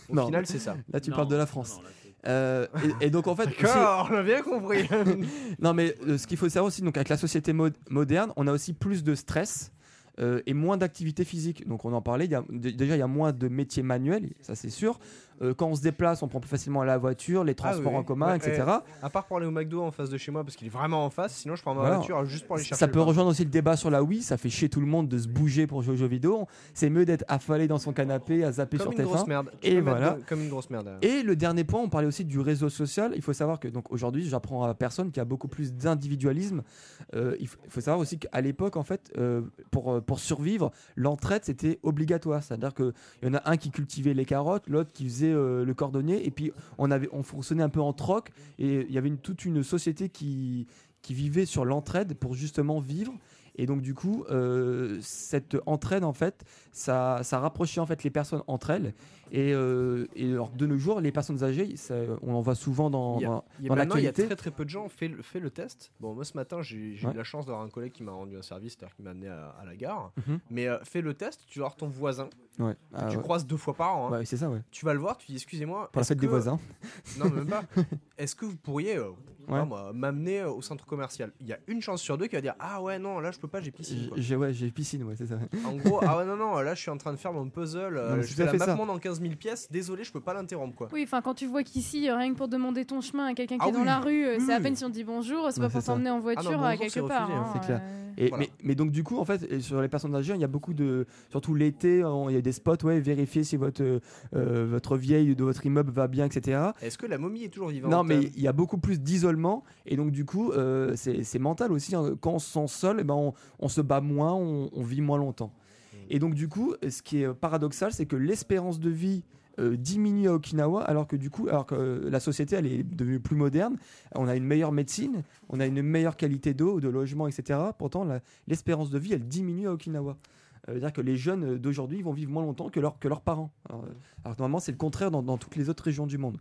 A: Au
B: Non.
A: final, c'est ça.
B: Là, tu parles de la France. Euh, et, et donc en fait, ce-
A: D'accord, on l'a bien compris.
B: non mais euh, ce qu'il faut savoir aussi, donc avec la société mo- moderne, on a aussi plus de stress euh, et moins d'activité physique. Donc on en parlait, il y a- d- déjà il y a moins de métiers manuels, ça c'est sûr. Euh, quand on se déplace, on prend plus facilement la voiture, les transports
A: Ah oui,
B: en commun,
A: ouais,
B: etc.
A: à part pour aller au McDo en face de chez moi, parce qu'il est vraiment en face, sinon je prends ma
B: Voilà.
A: voiture juste pour aller chercher.
B: Ça
A: le
B: peut
A: pain.
B: rejoindre aussi le débat sur la Wii, ça fait chier tout le monde de se bouger pour jouer aux jeux vidéo. C'est mieux d'être affalé dans son canapé à zapper
A: Comme
B: sur
A: une
B: tes
A: grosse merde. Tu
B: Et
A: peux mettre
B: voilà.
A: de- Comme une grosse merde.
B: Et le dernier point, on parlait aussi du réseau social. Il faut savoir que donc aujourd'hui, j'apprends à personne qui a beaucoup plus d'individualisme. Euh, il f- faut savoir aussi qu'à l'époque, en fait, euh, pour, euh, pour survivre, l'entraide c'était obligatoire. C'est-à-dire qu'il y en a un qui cultivait les carottes, l'autre qui faisait euh, le cordonnier, et puis on avait on fonctionnait un peu en troc. Et il y avait une, toute une société qui qui vivait sur l'entraide pour justement vivre. Et donc du coup, euh, cette entraide en fait, ça, ça rapprochait en fait les personnes entre elles. Et, euh, et alors, de nos jours, les personnes âgées, ça, on en voit souvent dans.
A: Il y a-
B: dans-
A: Il y a- maintenant, il y a
B: l'actualité-
A: très très peu de gens fait, le- fait le test. Bon, moi ce matin, j'ai j'ai
B: Ouais.
A: eu la chance d'avoir un collègue qui m'a rendu un service, c'est-à-dire qui m'a amené à, à la gare.
B: Mhm.
A: Mais euh, fais le test, tu vas voir ton voisin,
B: Ouais, Ah,
A: tu
B: ouais.
A: croises deux fois par an. hein.
B: Ouais, c'est ça, ouais.
A: Tu vas le voir, tu dis excusez-moi.
B: Pour la
A: est-ce
B: fête des
A: que-
B: voisins.
A: Non, mais même pas. Est-ce que vous pourriez euh, je sais pas,
B: Ouais.
A: moi, m'amener euh, au centre commercial Il y a une chance sur deux qui va dire ah ouais non là je peux pas j'ai piscine.
B: J'ai
A: quoi.
B: j'ai- ouais, j'ai piscine, ouais, c'est ça.
A: En gros ah ouais non non là je suis en train de faire mon puzzle, euh,
B: Non, mais c'est
A: je
B: tout
A: fais
B: à
A: la
B: fait
A: map
B: ça.
A: monde en 15 000 pièces. Désolé je peux pas l'interrompre quoi.
C: Oui, enfin, quand tu vois qu'ici, euh, rien que pour demander ton chemin à quelqu'un qui
A: Ah
C: est dans
A: oui,
C: la rue, euh,
A: oui,
C: c'est à
A: oui.
C: peine si on te dit bonjour, c'est
B: Ouais,
C: pas pour
B: c'est ça.
C: t'emmener en voiture
A: bonjour,
C: à
A: c'est
C: quelque
A: refusé,
C: part.
A: hein,
C: hein,
B: c'est clair.
C: euh.
B: Et,
A: Voilà.
B: mais, mais donc, du coup, en fait, et sur les personnes âgées, il y a beaucoup de. Surtout l'été, on- il y a des spots, ouais, vérifier si votre, euh, euh, votre vieille de votre immeuble va bien, etc.
A: Est-ce que la momie est toujours vivante
B: Non, mais
A: euh,
B: il y a beaucoup plus d'isolement. Et donc, du coup, euh, c'est c'est mental aussi. hein. Quand on se sent seul, eh ben, on, on se bat moins, on, on vit moins longtemps. Et donc, du coup, ce qui est paradoxal, c'est que l'espérance de vie euh, diminue à Okinawa, alors que du coup, alors que euh, la société, elle est devenue plus moderne. On a une meilleure médecine, on a une meilleure qualité d'eau, de logement, etc. Pourtant, la- l'espérance de vie, elle diminue à Okinawa. Euh, C'est-à-dire que les jeunes euh, d'aujourd'hui vont vivre moins longtemps que, leurs- que leurs parents. Alors, euh, alors que normalement, c'est le contraire dans, dans toutes les autres régions du monde.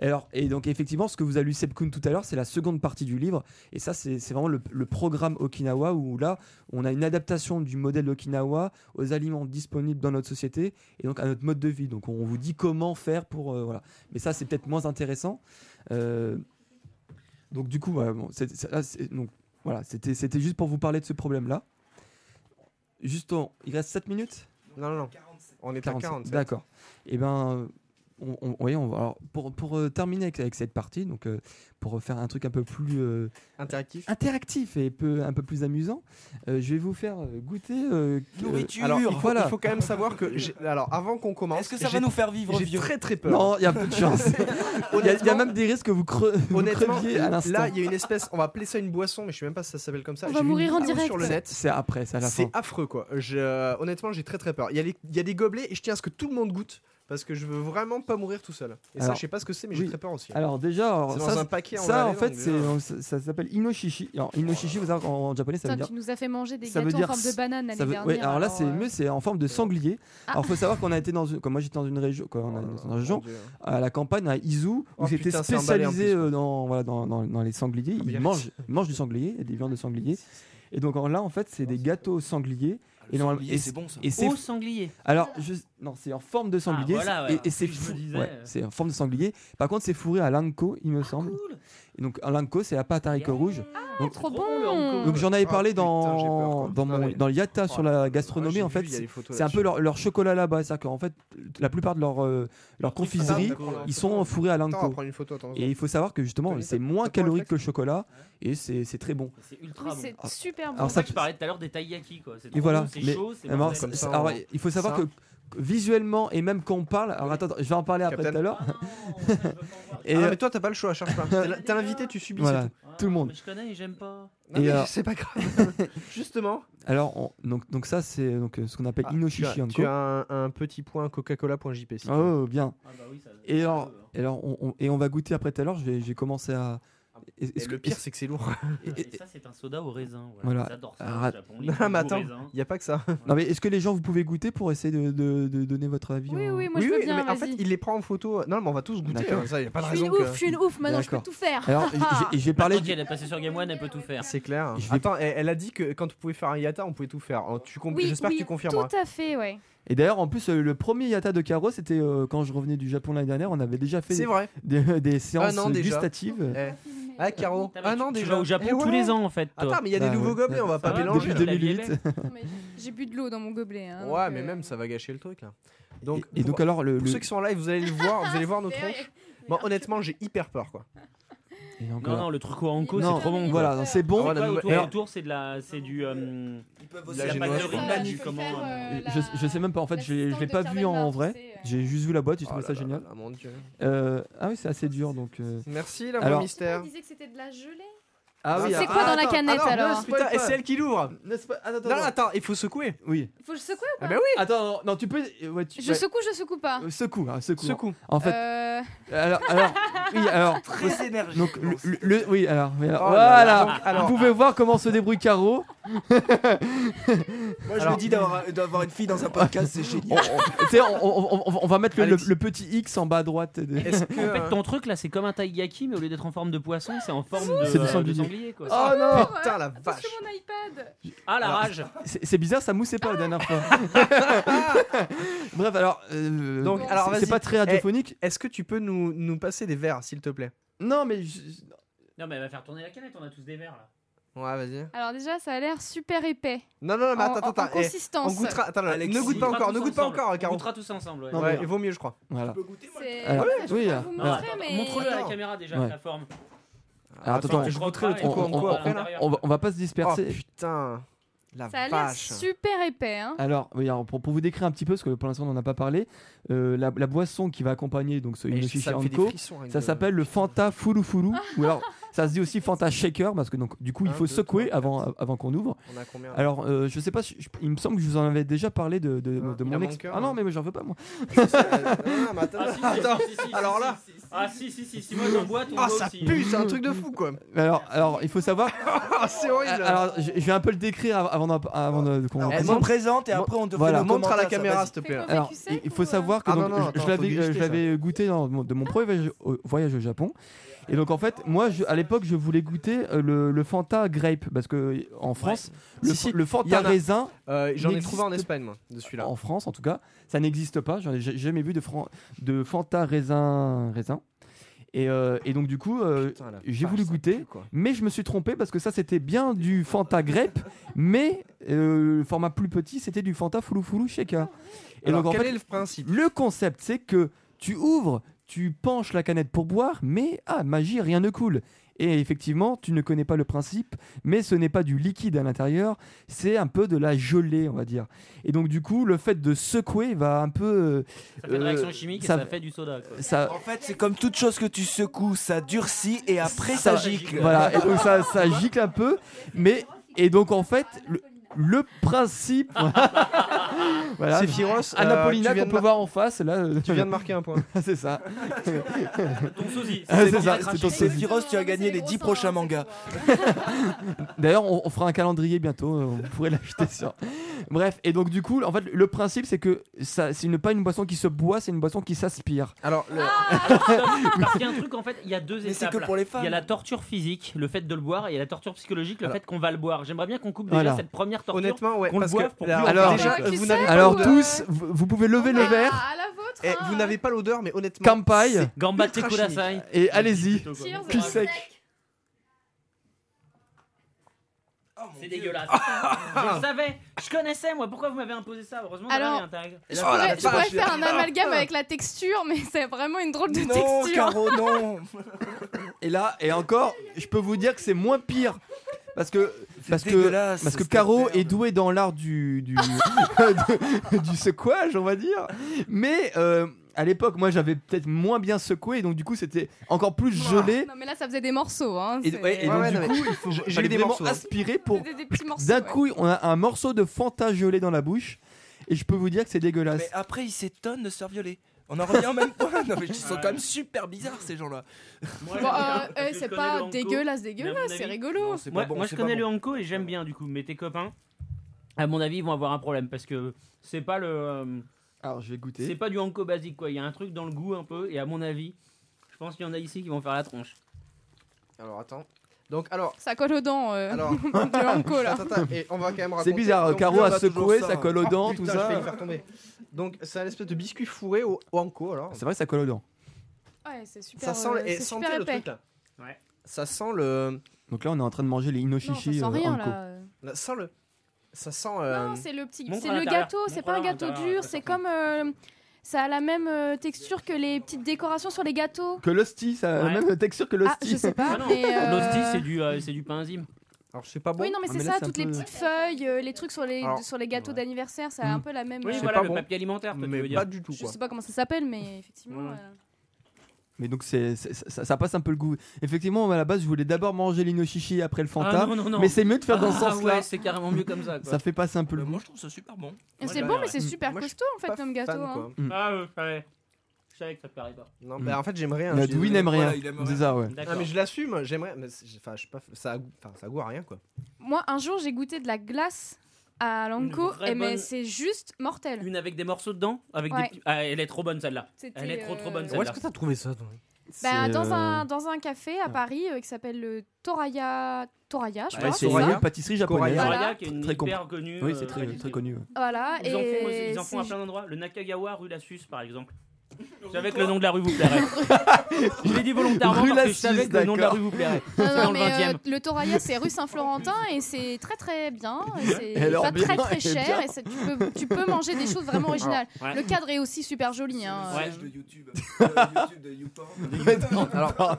B: Et, alors, et donc, effectivement, ce que vous a lu Seb Kuhn tout à l'heure, c'est la seconde partie du livre. Et ça, c'est c'est vraiment le, le programme Okinawa où là, on a une adaptation du modèle Okinawa aux aliments disponibles dans notre société et donc à notre mode de vie. Donc, on vous dit comment faire pour. euh, voilà. Mais ça, c'est peut-être moins intéressant. Euh, donc, du coup, voilà, bon, c'est- c'est- là, c'est- donc, voilà, c'était c'était juste pour vous parler de ce problème-là. Juste, on- il reste 7 minutes
A: Non, non, non. On est à
B: 47.
A: 47.
B: D'accord. Et Eh ben, euh, on, on- oui, on va- alors, pour, pour euh, terminer avec, avec cette partie, donc euh, pour faire un truc un peu plus euh,
A: Interactif.
B: interactif et peu- un peu plus amusant, euh, je vais vous faire euh, goûter. euh, que-
E: Nourriture
A: Alors, il faut,
B: Voilà.
A: il faut quand même savoir que. j'ai- Alors, avant qu'on commence.
E: Est-ce que ça
A: j'ai-
E: va nous faire vivre
A: J'ai
E: vieux
A: très très peur.
B: non, il y a peu de chance. Il y a- il y, a même des risques que vous, cre... vous
A: Honnêtement,
B: creviez à l'instant.
A: là, il y a une espèce. On va appeler ça une boisson, mais je sais même pas si ça s'appelle comme ça.
C: On va
A: J'ai vu
C: mourir
A: une
C: en
A: vidéo
C: direct.
A: Sur le net.
B: C'est après, c'est à la
A: C'est
B: fin.
A: affreux quoi. Je- Honnêtement, j'ai très très peur. Il y, a les- il y a des gobelets et je tiens à ce que tout le monde goûte parce que je veux vraiment pas mourir tout seul. Et ça,
B: Alors,
A: je sais pas ce que c'est, mais
B: oui.
A: j'ai très peur aussi.
B: Alors déjà, alors,
A: c'est dans
B: ça,
A: un paquet en
B: ça en
A: laine,
B: fait,
A: donc,
B: c'est,
A: euh,
B: ça, ça s'appelle inoshishi. Alors inoshishi, vous savez, en, en japonais, ça veut
C: Putain,
B: dire.
C: tu nous as fait manger des
B: ça veut
C: gâteaux en
B: dire
C: forme
B: s-
C: de banane l'année
B: ça veut-
C: dernière.
B: ouais, alors là, c'est
C: euh,
B: mieux, c'est en forme de sanglier.
C: Ah.
B: Alors, faut savoir qu'on a été dans une, comme moi, j'étais dans une région, quoi, on a- dans
A: Ah.
B: une région à la campagne à Izu où
A: Oh,
B: c'était
A: putain, c'est emballé en
B: spécialisé
A: plus, Ah,
B: euh, dans, voilà, dans, dans, dans les sangliers.
A: mais
B: Ils
A: arrête.
B: mangent, ils mangent du sanglier, et des viandes de sanglier. Et donc en- là, en fait,
A: Oh,
B: c'est des gâteaux sangliers.
E: Ah, Le
B: Et normalement-
E: sanglier,
B: et-
E: c'est bon ça.
B: Et c'est
D: Au sanglier.
B: alors je, non, c'est en forme de sanglier.
A: Ah,
D: voilà,
B: c'est-
D: ouais.
B: Et, et c'est
D: Je me
B: fou-
D: disais,
B: ouais,
D: euh.
B: c'est en forme de sanglier. Par contre, c'est fourré à lanko, il me semble.
D: Cool. Ah,
B: Et donc un lanko, c'est la pâte à haricots rouges. Donc-
C: Trop
D: Trop bon,
C: bon
B: Donc j'en avais
A: Ah,
B: parlé
A: putain, j'ai peur,
B: dans
A: quoi. Ah,
B: dans
A: Non,
B: mon
A: mais-
B: dans le Yata sur
A: Ah,
B: la gastronomie. en fait, c'est- c'est un peu leur, leur chocolat là-bas. C'est-à-dire qu'en fait, la plupart de leur euh,
A: Ah,
B: leur confiserie, ils sont fourrés à
A: Attends, on va
B: lanko.
A: prendre une photo. Attends,
B: Et il faut savoir que justement,
A: Tony,
B: c'est
A: t'as-
B: moins
A: t'as pas un
B: calorique
A: réflexe
B: que le chocolat et c'est c'est très bon.
D: C'est ultra bon.
C: c'est
B: Ah.
C: super bon.
D: Alors
B: Alors
D: ça,
B: ça-
D: que je parlais tout à l'heure des taiyaki quoi. C'est
B: Et
D: trop
B: voilà,
D: bon, c'est
B: mais-
D: chaud, c'est
B: Alors,
D: mortel.
A: comme
B: c'est-
A: ça,
B: alors,
A: on-
B: il faut savoir
A: ça.
B: que que visuellement et même quand on parle, alors attends, je vais en parler après
A: Captain.
B: tout à l'heure.
D: Ah non, ça, je veux pas en voir.
B: Et
A: ah,
B: euh,
A: mais toi, t'as pas le choix, cherche pas. T'es la- T'es l'invité, tu subis.
B: voilà,
A: c'est
D: Ah,
B: tout le monde.
D: mais je connais, j'aime pas.
A: tout. Non,
B: Et,
A: mais
B: euh,
A: C'est pas grave. Justement,
B: alors on- donc donc ça c'est donc euh, ce qu'on appelle
A: Ah, tu as,
B: inoshishi
A: tu
B: Anko.
A: as un, un petit point Coca-Cola.jp. si tu veux.
B: Oh bien.
D: Ah bah oui, ça-
B: Et
D: ça
B: alors
D: peut, hein.
B: et alors on, on- et on va goûter après tout à l'heure. Je vais j'ai commencé à. est-ce
A: Et
B: que-
A: Ah, le pire, c'est que c'est lourd.
B: est-ce-
D: Et ça, c'est un soda au raisin. Voilà.
B: Voilà.
D: J'adore ça.
B: Ah,
D: au Japon, les
A: Non, mais
D: goûts au
A: attends,
D: raisin.
A: il n'y a pas que ça.
B: non mais est-ce que les gens vous pouvez goûter pour essayer de, de- de donner votre avis
C: Oui,
B: en-
C: oui, moi
A: oui,
C: je veux
A: oui,
C: bien,
A: mais en fait,
C: vas-y.
A: il les prend en photo. Non, mais on va tous goûter.
B: D'accord.
A: hein, Ça, il n'y a pas de
C: Je suis une
A: raison.
C: ouf,
A: que-
C: je suis une ouf, maintenant je peux
B: D'accord.
C: tout faire. Ah.
B: Alors j'ai- j'ai
D: Parlez
B: parlé
D: elle est passée sur Game One, elle peut tout faire.
A: C'est clair.
B: Je vais-
A: Attends, elle, elle a dit que quand on pouvait faire un yata, on pouvait tout faire. Oh, tu com-
C: Oui,
A: J'espère
C: oui,
A: que tu confirmes. hein.
C: Tout à fait, ouais.
B: Et d'ailleurs, en plus, euh, le premier Yata de Caro, c'était euh, quand je revenais du Japon l'année dernière, on avait déjà fait
A: C'est
B: des,
A: vrai.
B: des- des séances
A: Ah non,
B: euh,
A: déjà.
B: gustatives.
A: Eh. Ah, Caro.
D: Putain, mais
A: Ah
D: tu-
A: non,
D: tu
A: déjà.
D: vas au Japon
A: Eh ouais.
D: tous les ans en fait. toi.
A: Attends, mais il y a des
B: Bah,
A: nouveaux
B: ouais.
A: gobelets, on va
D: Ça
A: pas
D: va,
A: mélanger.
B: Depuis
D: la vie est
B: 2008.
D: belle.
C: Mais J'ai bu de l'eau dans mon gobelet. hein,
A: Ouais,
C: donc,
A: mais
C: euh,
A: même ça va gâcher le truc. Là.
B: Donc,
A: Donc,
B: et, donc,
A: pour,
B: alors, le.
A: pour
B: le-
A: ceux qui sont en live, vous allez le voir, vous allez voir nos
C: c'est
A: tronches.
C: vrai.
A: Moi, honnêtement, j'ai hyper peur quoi.
B: et donc,
D: Non,
B: alors-
D: non, le truc au Hanko, c'est
B: Non, Oh,
D: trop bon. quoi.
B: voilà, c'est bon.
A: Ah,
D: Quoi,
A: ouais,
D: autour,
A: alors-
D: autour, c'est de la, c'est du. euh,
E: Ils peuvent
A: La
E: la
A: génoise,
E: pâtisserie
A: quoi.
E: de
C: Ça,
E: la
C: je
E: nuit,
C: peux
E: comment,
C: faire,
E: euh,
C: euh,
B: je, je sais même pas, en fait, je l'ai- je l'ai pas vu en, en vrai. J'ai juste vu la boîte, j'ai trouvé
A: Oh
B: ça
A: là là
B: génial.
A: là, mon Dieu.
B: Euh, ah oui, c'est assez dur donc. euh.
A: Merci, la
B: Alors-
A: mystère.
C: disait que c'était de la gelée.
B: Ah oui,
C: C'est
B: ah,
C: quoi dans la
A: attends,
C: canette,
A: ah non,
C: alors
A: mince, Putain, et c'est elle qui l'ouvre.
B: n'est-ce pas Attends, attends,
A: Non,
B: attends.
A: attends, il faut secouer.
B: Oui.
C: Faut que je secoue
A: Ah, bah oui,
B: Attends, non, non, tu peux. euh, ouais, tu-
C: Je
B: ouais.
C: secoue, je secoue pas.
B: Euh, Secoue, hein, secoue.
A: secoue.
B: En fait,
C: Euh,
B: alors, alors, oui, alors,
E: Très énergique.
B: donc, le, le- oui, alors, oui, alors,
A: Oh là là.
B: voilà.
A: Donc, alors-
B: Vous pouvez voir comment se débrouille Caro.
E: Moi, je
A: Alors-
E: me dis d'avoir euh, d'avoir une fille dans un podcast, c'est
B: on,
E: génial.
B: on- tu sais, on- on- on- on va mettre le, le-
A: Alexis.
B: le petit X en bas à droite. de-
A: Est-ce que.
D: En fait,
A: euh,
D: ton truc là, c'est comme un taiyaki, mais au lieu d'être en forme de poisson, c'est en forme de,
B: C'est du
D: euh,
B: sanglier.
D: quoi.
B: Oh non
A: Putain, la
C: parce
A: vache.
C: que mon iPad.
D: Ah la
A: Alors-
D: rage
B: C'est c'est bizarre, ça moussait pas la dernière fois. Bref, alors, euh,
A: Donc,
B: c'est-
A: alors, vas-y. Eh.
B: c'est pas très radiophonique.
A: Est-ce que tu peux nous, nous passer des verres, s'il te plaît
B: Non, mais je-
D: Non, mais elle va faire tourner la canette, on a tous des verres là.
A: Ouais, vas-y.
C: Alors déjà, ça a l'air super épais.
A: Non, non, non, mais
C: en,
A: attends,
C: en-
A: attends,
C: en
A: attends. eh,
C: consistance.
A: on goûtera. Attends, là,
E: Alexis,
A: ne goûte pas
D: On
A: encore, ne
D: goûtera
A: goûte
D: tous
A: pas
D: ensemble.
A: encore,
D: On
A: Caro.
D: goûtera tous ensemble. ouais.
B: Non,
A: Ouais,
B: mais-
A: il vaut mieux, je crois.
B: voilà.
C: C'est.
B: Ah
C: voilà, je
B: oui,
C: peux
B: ah,
C: pas vous
B: non.
C: montrer, mais.
D: Montre-le à la
A: Attends.
D: caméra déjà,
B: Ouais.
D: la forme.
B: Alors, attends,
A: je
B: attends,
A: goûterai le
D: hein, on-
A: truc en
B: on-
A: quoi après, là.
D: l'intérieur.
B: on va, on va pas se
A: Oh
B: disperser.
A: putain, la
C: Ça a l'air
A: vache.
C: super épais. Hein.
B: alors, oui, alors, pour, pour vous décrire un petit peu, parce que pour l'instant on n'en a pas parlé, euh, la, la boisson qui va accompagner donc ce
A: Mais
B: Inoshishi
A: ça me fait des
B: Anko,
A: frissons, rien que
B: ça
A: de-
B: s'appelle le Fanta Furu Furu, ou alors ça se dit aussi Fanta Shaker, parce que donc du coup il
A: Un,
B: faut
A: deux,
B: secouer
A: trois, Ah.
B: avant, avant qu'on ouvre.
A: On a combien là
B: Alors, euh, je sais pas, si- je- il me semble que je vous en avais déjà parlé
A: Ah,
B: de, de, de
A: il a mon
B: mon ex.
A: cœur,
B: Ah non,
A: hein.
B: mais j'en veux pas moi.
A: Ah, mais attends,
D: Ah, si, si,
A: attends.
D: si, si, si,
A: alors
D: si,
A: là.
D: si, si. Ah si, si, si, si, moi j'en bois, ton
A: Ah,
D: doigt
A: ça
D: aussi.
A: pue, c'est un truc de fou quoi.
B: Mais Alors, alors, il faut savoir.
A: Ah, c'est horrible.
B: Alors, je, je vais un peu le décrire av- avant, d'en- avant de, de- qu'on
E: Elle
B: commence.
E: me présente et
A: Mon-
E: après on te
B: voilà.
E: fait le
A: montre à la
E: commentaire, ça,
A: caméra,
E: vas-y.
A: s'il te plaît.
C: Fais-moi-
B: Alors,
C: tu sais,
B: il- il
C: ou,
B: faut
C: euh,
B: savoir que
A: Ah,
B: donc,
A: non, non,
B: je-
A: attends,
B: je l'avais- euh,
A: faut déguster,
B: je l'avais goûté dans mon- de mon premier voyage au, voyage au Japon. Et donc en fait, moi, je- à l'époque, je voulais goûter euh, le, le Fanta grape parce que en France, le,
A: Si, si,
B: le
A: y en
B: Fanta
A: a.
B: raisin,
A: Euh, J'en ai
B: n'existe-
A: trouvé en Espagne, moi, de celui-là.
B: en France en tout cas, ça n'existe pas. J'en ai ja- jamais vu de, fran- de Fanta raisin raisin. Et, euh, et donc du coup, euh,
A: Putain, la
B: j'ai
A: vache,
B: voulu
A: ça
B: goûter.
A: pue, quoi.
B: Mais je me suis trompé parce que ça c'était bien du Fanta Grape, mais euh, le format plus petit c'était du Fanta Foulou Foulou Shaker. Et
A: Alors,
B: donc en
A: quel
B: fait,
A: est le principe
B: le concept c'est que Tu ouvres, tu penches la canette pour boire, mais ah, magie, rien ne coule. Et effectivement, tu ne connais pas le principe, mais ce n'est pas du liquide à l'intérieur, c'est un peu de la gelée, on va dire. Et donc du coup, le fait de secouer va un peu...
D: Ça fait une
B: euh,
D: réaction chimique
B: ça-
D: et ça fait du soda. quoi.
B: ça,
E: En fait, c'est comme toute chose que tu secoues, ça durcit et après ça, gicle.
B: Voilà, et donc ça, ça gicle un peu, mais et donc en fait le, le principe. voilà.
A: C'est Firos.
B: Un
A: Ah, euh,
B: Apollinac
A: tu viens
B: qu'on
A: de
B: peut
A: mar-
B: voir en face, là. euh,
A: Tu viens de marquer un point.
B: c'est ça.
D: Ton sosie.
B: Ah, c'est
D: ton
B: ça,
D: sosie.
B: c'est ton
E: C'est
B: sosie.
E: Firos, tu as gagné les 10 prochains mangas.
B: D'ailleurs, on, on fera un calendrier bientôt, euh, vous pourrez l'acheter sur. Bref, et donc du coup, en fait, le principe c'est que ça, c'est une, pas une boisson qui se boit, c'est une boisson qui s'aspire.
A: Alors, le-
D: Parce qu'il y a un truc, en fait, il y a deux
E: Mais c'est
D: étapes.
E: que
D: là.
E: pour les
D: Il y a
E: femmes.
D: la torture physique, le fait de le boire, et il y a la torture psychologique, le
A: Alors-
D: fait qu'on va le boire. J'aimerais bien qu'on coupe déjà
B: Voilà.
D: cette première torture.
A: honnêtement, ouais.
D: Qu'on le
A: Parce
D: boive
A: que,
D: pour plus en
A: alors,
D: parler.
A: déjà,
C: Ah, tu
A: vous
C: sais,
A: n'avez pas
B: Alors
A: l'odeur.
B: tous, vous, vous pouvez lever le verre,
C: Ah, À la vôtre.
A: Eh,
C: hein.
A: vous n'avez pas l'odeur, mais honnêtement.
B: campaille,
D: Gamba
A: Ultra
D: Tekudasai.
B: et allez-y.
C: Cheers.
B: Cul sec.
E: Oh, Ah,
D: C'est dégueulasse. je le savais, je connaissais moi. Pourquoi vous m'avez imposé ça Heureusement, que
C: Alors-
D: j'avais un tag. Et là,
A: Oh la
C: Ouais, je pourrais
A: vache.
C: faire un amalgame avec la texture, mais c'est vraiment une drôle de
E: Non,
C: texture.
E: Caro, non.
B: Et là, et encore, je peux vous dire que c'est moins pire. Parce que, parce que,
E: dégueulasse,
B: parce que
E: cette
B: Caro
E: merde.
B: est doué dans l'art du, du, de- du secouage, on va dire. Mais euh, à l'époque, moi, j'avais peut-être moins bien secoué. Et donc, du coup, c'était encore plus gelé.
C: Non, mais là, ça faisait des morceaux. Hein.
B: Et,
C: c'est-
B: ouais, et
A: Ouais,
B: donc,
A: ouais,
B: du
A: non,
B: coup, il faut,
A: j'ai- j'ai
B: fallait
A: eu des
B: vraiment
A: morceaux, hein.
B: aspirer pour.
C: C'était des petits morceaux.
B: D'un
C: ouais.
B: coup, on a un morceau de Fanta gelé dans la bouche. Et je peux vous dire que c'est dégueulasse.
E: Mais après, ils s'étonnent de se faire violer. On en revient au même point. Non, mais ils sont quand même super bizarres, ces gens-là.
D: moi,
C: Bon,
D: je
C: euh,
D: connais
C: eh,
D: le
C: c'est
D: Hanko.
C: pas dégueulasse,
D: Mais à mon
C: dégueulasse, c'est
D: avis-
C: rigolo.
E: C'est
D: Moi,
E: pas bon,
D: moi, je
E: c'est pas
D: connais le
E: bon.
D: Hanko et j'aime bien du coup. Mais tes copains, à mon avis, ils vont avoir un problème parce que c'est pas le, euh,
B: Alors, je vais
D: c'est
B: goûter.
D: pas du Hanko basique quoi. Il y a un truc dans le goût un peu. Et à mon avis, je pense qu'il y en a ici qui vont faire la tronche.
A: Alors, attends. Donc, alors.
C: Ça colle aux dents. euh,
A: Alors,
C: de Hanko, là.
A: attends, attends, et on va quand même
B: C'est
A: raconter.
B: bizarre.
A: Donc,
B: Caro
A: là, on
B: a
A: va toujours-
B: secoué,
E: ça.
B: ça colle aux
A: Oh,
B: dents,
A: putain,
B: tout
A: je vais
B: ça.
A: le faire tomber. Donc, c'est un espèce de biscuit fourré au, au Hanko, alors.
B: C'est vrai que ça colle aux dents.
C: Ouais, c'est super.
A: Ça sent,
C: euh,
A: le- et
C: c'est
A: sentez
C: super
A: le
C: épais.
A: truc là.
D: Ouais.
A: Ça sent le,
B: Donc là, on est en train de manger les
C: Non, ça
B: Inoshishi
C: sent
B: euh,
C: rien
B: Hanko.
C: là.
A: ça sent le, ça sent. euh,
C: Non, c'est le petit,
D: Montre
C: c'est
D: à
C: le
D: l'intérieur.
C: gâteau. C'est
D: Montre
C: pas
D: à
C: un gâteau
D: l'intérieur,
C: dur.
D: ça
C: C'est
D: fait.
C: comme euh, ça a la même euh, texture que les petites décorations sur les gâteaux.
B: Que l'hostie, ça a
D: Ouais.
B: la même texture que
C: Ah,
B: l'hostie.
C: je sais pas.
D: Ah non,
C: mais, euh,
D: L'hostie, c'est du, euh, c'est du pain enzyme.
A: alors c'est pas bon.
C: Oui, non, mais
B: Ah,
C: c'est
B: mais là,
C: ça,
B: c'est un
C: toutes
B: peu-
C: les petites feuilles, euh, les trucs sur les,
A: Alors,
C: sur les gâteaux
A: ouais.
C: d'anniversaire, ça a un
B: Mm.
C: peu la même.
D: Oui,
C: euh,
A: C'est
D: voilà
A: pas
D: le
A: bon.
D: papier alimentaire. toi, tu veux
A: mais
D: dire.
A: pas du tout
C: je
A: quoi.
C: sais pas comment ça s'appelle, mais effectivement.
D: Ouais.
C: euh,
B: Mais donc c'est, c'est- ça, ça passe un peu le goût. Effectivement, à la base, je voulais d'abord manger l'inoshishi après le fanta.
D: Ah non, non, non.
B: Mais c'est mieux de faire dans ce
D: Ah
B: sens-là.
D: ouais, c'est carrément mieux comme ça. Quoi.
B: ça fait passer un peu le
E: Mais
B: goût.
E: Moi, je trouve ça super bon.
C: et
D: Moi,
C: C'est
D: j'adore,
C: bon,
D: ouais.
C: mais c'est super
A: Moi, je suis
C: costaud en fait
A: Pas
C: comme
A: fan,
C: gâteau. hein.
A: quoi.
D: Ah, euh, je savais. Je savais que ça plairait pas.
A: Non,
B: Mm.
A: bah, en fait j'aimerais. hein,
B: La
A: je suis
B: douille
A: désolé.
B: n'aime rien.
E: Voilà, il aime rien.
B: C'est ça, ouais.
A: Ah
D: D'accord.
A: mais je l'assume. J'aimerais. mais c'est- Enfin, je sais pas. Ça, a goût- enfin, ça a goût à rien quoi.
C: Moi, un jour, j'ai goûté de la glace à Lanco,
D: vraie
C: et mais
D: bonne-
C: c'est juste mortel.
D: Une avec des morceaux dedans avec des
C: Ouais.
D: petits- Ah, Elle est trop bonne celle-là.
C: C'était,
D: Elle est trop, trop bonne,
C: euh,
D: celle-là.
A: que t'as trouvé ça
C: Bah,
B: C'est,
C: dans,
B: euh,
C: un, dans un café à
B: ouais.
C: Paris euh, qui s'appelle le Toraya. Toraya, je
D: Ouais,
C: crois.
B: c'est
C: c'est ça.
B: une pâtisserie japonaise.
A: Voilà.
D: Soraya, qui est une
B: Très
D: hyper connue.
B: Oui,
D: euh,
B: c'est très,
D: réalisée.
B: très connu. ouais.
C: Voilà.
D: Ils en font,
C: et
D: ils en font à
C: c'est-
D: plein d'endroits. Le Nakagawa, rue Lassus, par exemple. Je savais que le nom de la rue vous plairait. je l'ai dit volontairement
B: Rue
D: parce que je
B: Lassus,
D: savais que le nom de la
B: d'accord.
D: rue vous plairait.
C: Non,
D: C'est
C: non,
D: dans le
C: mais, euh,
D: 20e.
C: le Toraya, c'est rue Saint-Florentin et c'est très très bien. et C'est
B: Elle est
C: pas
B: bien,
C: très
B: elle est
C: très cher
B: bien. Ah.
C: et c'est- tu peux, tu peux manger des choses vraiment originales.
D: Alors, ouais.
C: Le cadre est aussi super joli. Hein.
D: Ouais.
E: C'est le siège de YouTube. Euh, YouTube de YouPorn.
A: Alors,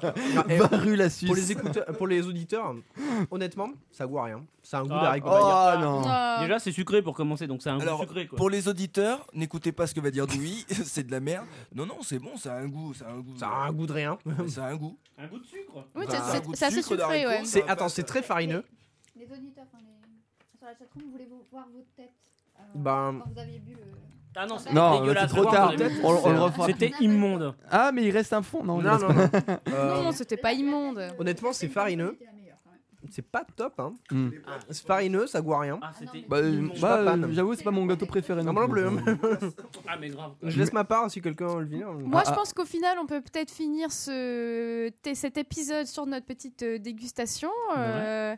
A: eh,
B: Va
A: pour
B: rue la
A: les
B: Suisse.
A: écouteurs, pour les auditeurs, honnêtement, ça a goût à rien. C'est un goût
D: Ah,
A: d'haricots
B: Oh
A: verts.
D: Ah.
B: non.
C: Euh,
D: Déjà, c'est sucré pour commencer, donc c'est un
E: Alors,
D: goût sucré. Quoi.
E: Pour les auditeurs, n'écoutez pas ce que va dire Douy, c'est de la merde. Non, non, c'est bon, ça a un goût, ça a un goût.
A: Ça a un goût de rien.
E: Ça a un goût.
D: Un goût de sucre.
C: oui,
A: Bah,
C: c'est-
A: un
C: c'est-
E: goût de
C: c'est assez
E: sucre
C: sucré,
E: d'haricot.
C: ouais.
A: C'est attends, c'est très farineux.
F: Les auditeurs, enfin, les... sur la chatroom, voulaient voir vos têtes euh,
A: Ben-
F: quand vous aviez bu le.
D: Ah non, c'est
B: Non,
D: dégueulasse.
B: c'est trop
D: Voir
B: tard.
D: dans les-
B: On, on le
A: C'est-
B: refera.
D: C'était immonde.
B: Ah, mais il reste un fond. Non,
A: Non,
B: il
A: non,
B: reste pas.
A: non. Euh,
C: Non, c'était pas immonde.
F: euh,
A: Honnêtement, c'est hein. farineux. c'est pas top. Hein.
B: Mm.
A: C'est farineux, ça goût à rien.
D: Ah, c'était
B: Bah, euh,
D: immonde.
A: suis
B: bah,
A: pas fan.
B: euh, j'avoue, c'est pas mon gâteau préféré.
A: Non,
B: plus.
A: non, bleu.
D: Ah, mais grave.
A: Je laisse ma part si quelqu'un le vit.
C: Moi,
B: Ah,
C: je
B: ah.
C: pense qu'au final, on peut peut-être finir ce, t- cet épisode sur notre petite euh, dégustation. euh,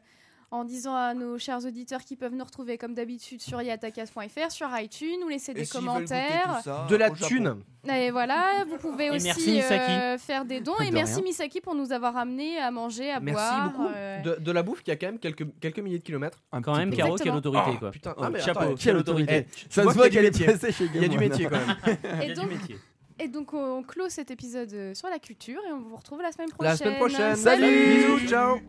C: En disant à nos chers auditeurs qui peuvent nous retrouver comme d'habitude sur yatakas.fr, sur iTunes, nous laisser des
E: s'ils veulent goûter
C: commentaires.
E: tout ça,
A: De la
E: au Japon,
A: thune.
C: Et voilà, vous pouvez aussi euh,
D: merci, Misaki.
C: faire des dons.
B: De
C: et merci
B: rien.
C: Misaki pour nous avoir amené à manger, à
A: Merci
C: boire.
A: beaucoup.
C: euh,
A: De, de la bouffe qui a quand même quelques, quelques milliers de kilomètres.
B: Un
D: Quand
B: petit
D: même,
B: peu.
D: Caro, quelle
C: Exactement.
D: autorité.
A: Oh,
D: quoi.
A: putain,
D: Oh,
A: mais
D: chapeau,
A: attends,
D: quelle autorité.
A: Eh, tu
B: Ça
A: vois
B: se voit
A: qu'il y a
B: qu'elle
A: du
B: est
A: métier.
B: passée chez
A: Il y a du
B: Gamon, là.
A: métier quand même.
D: Il y
C: Et
D: a du
C: donc,
D: métier.
C: Et donc, on on clôt cet épisode euh, sur la culture et on vous retrouve la semaine prochaine.
A: La semaine prochaine.
C: Salut
A: Bisous, ciao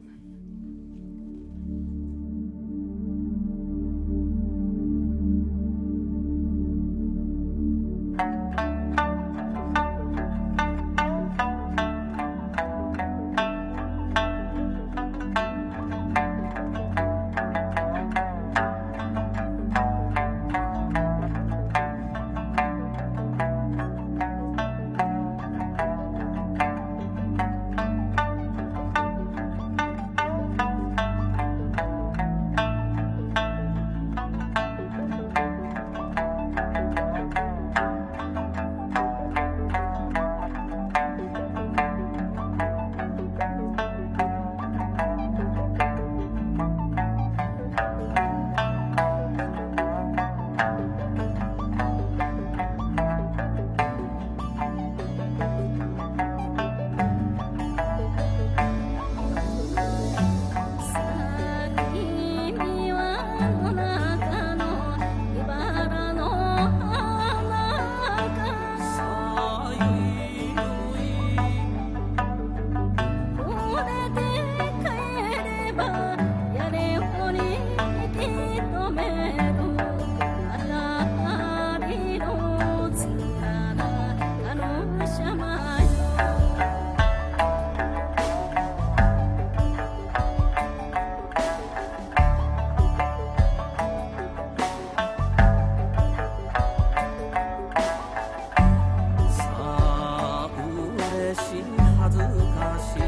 G: さあ嬉しい恥ずかしい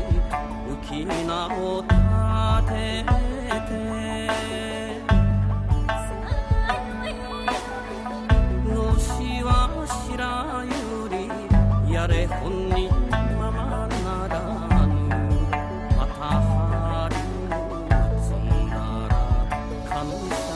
G: 浮き名を立ててのしは白百合やれ本人ままならぬまた針を積んだら感謝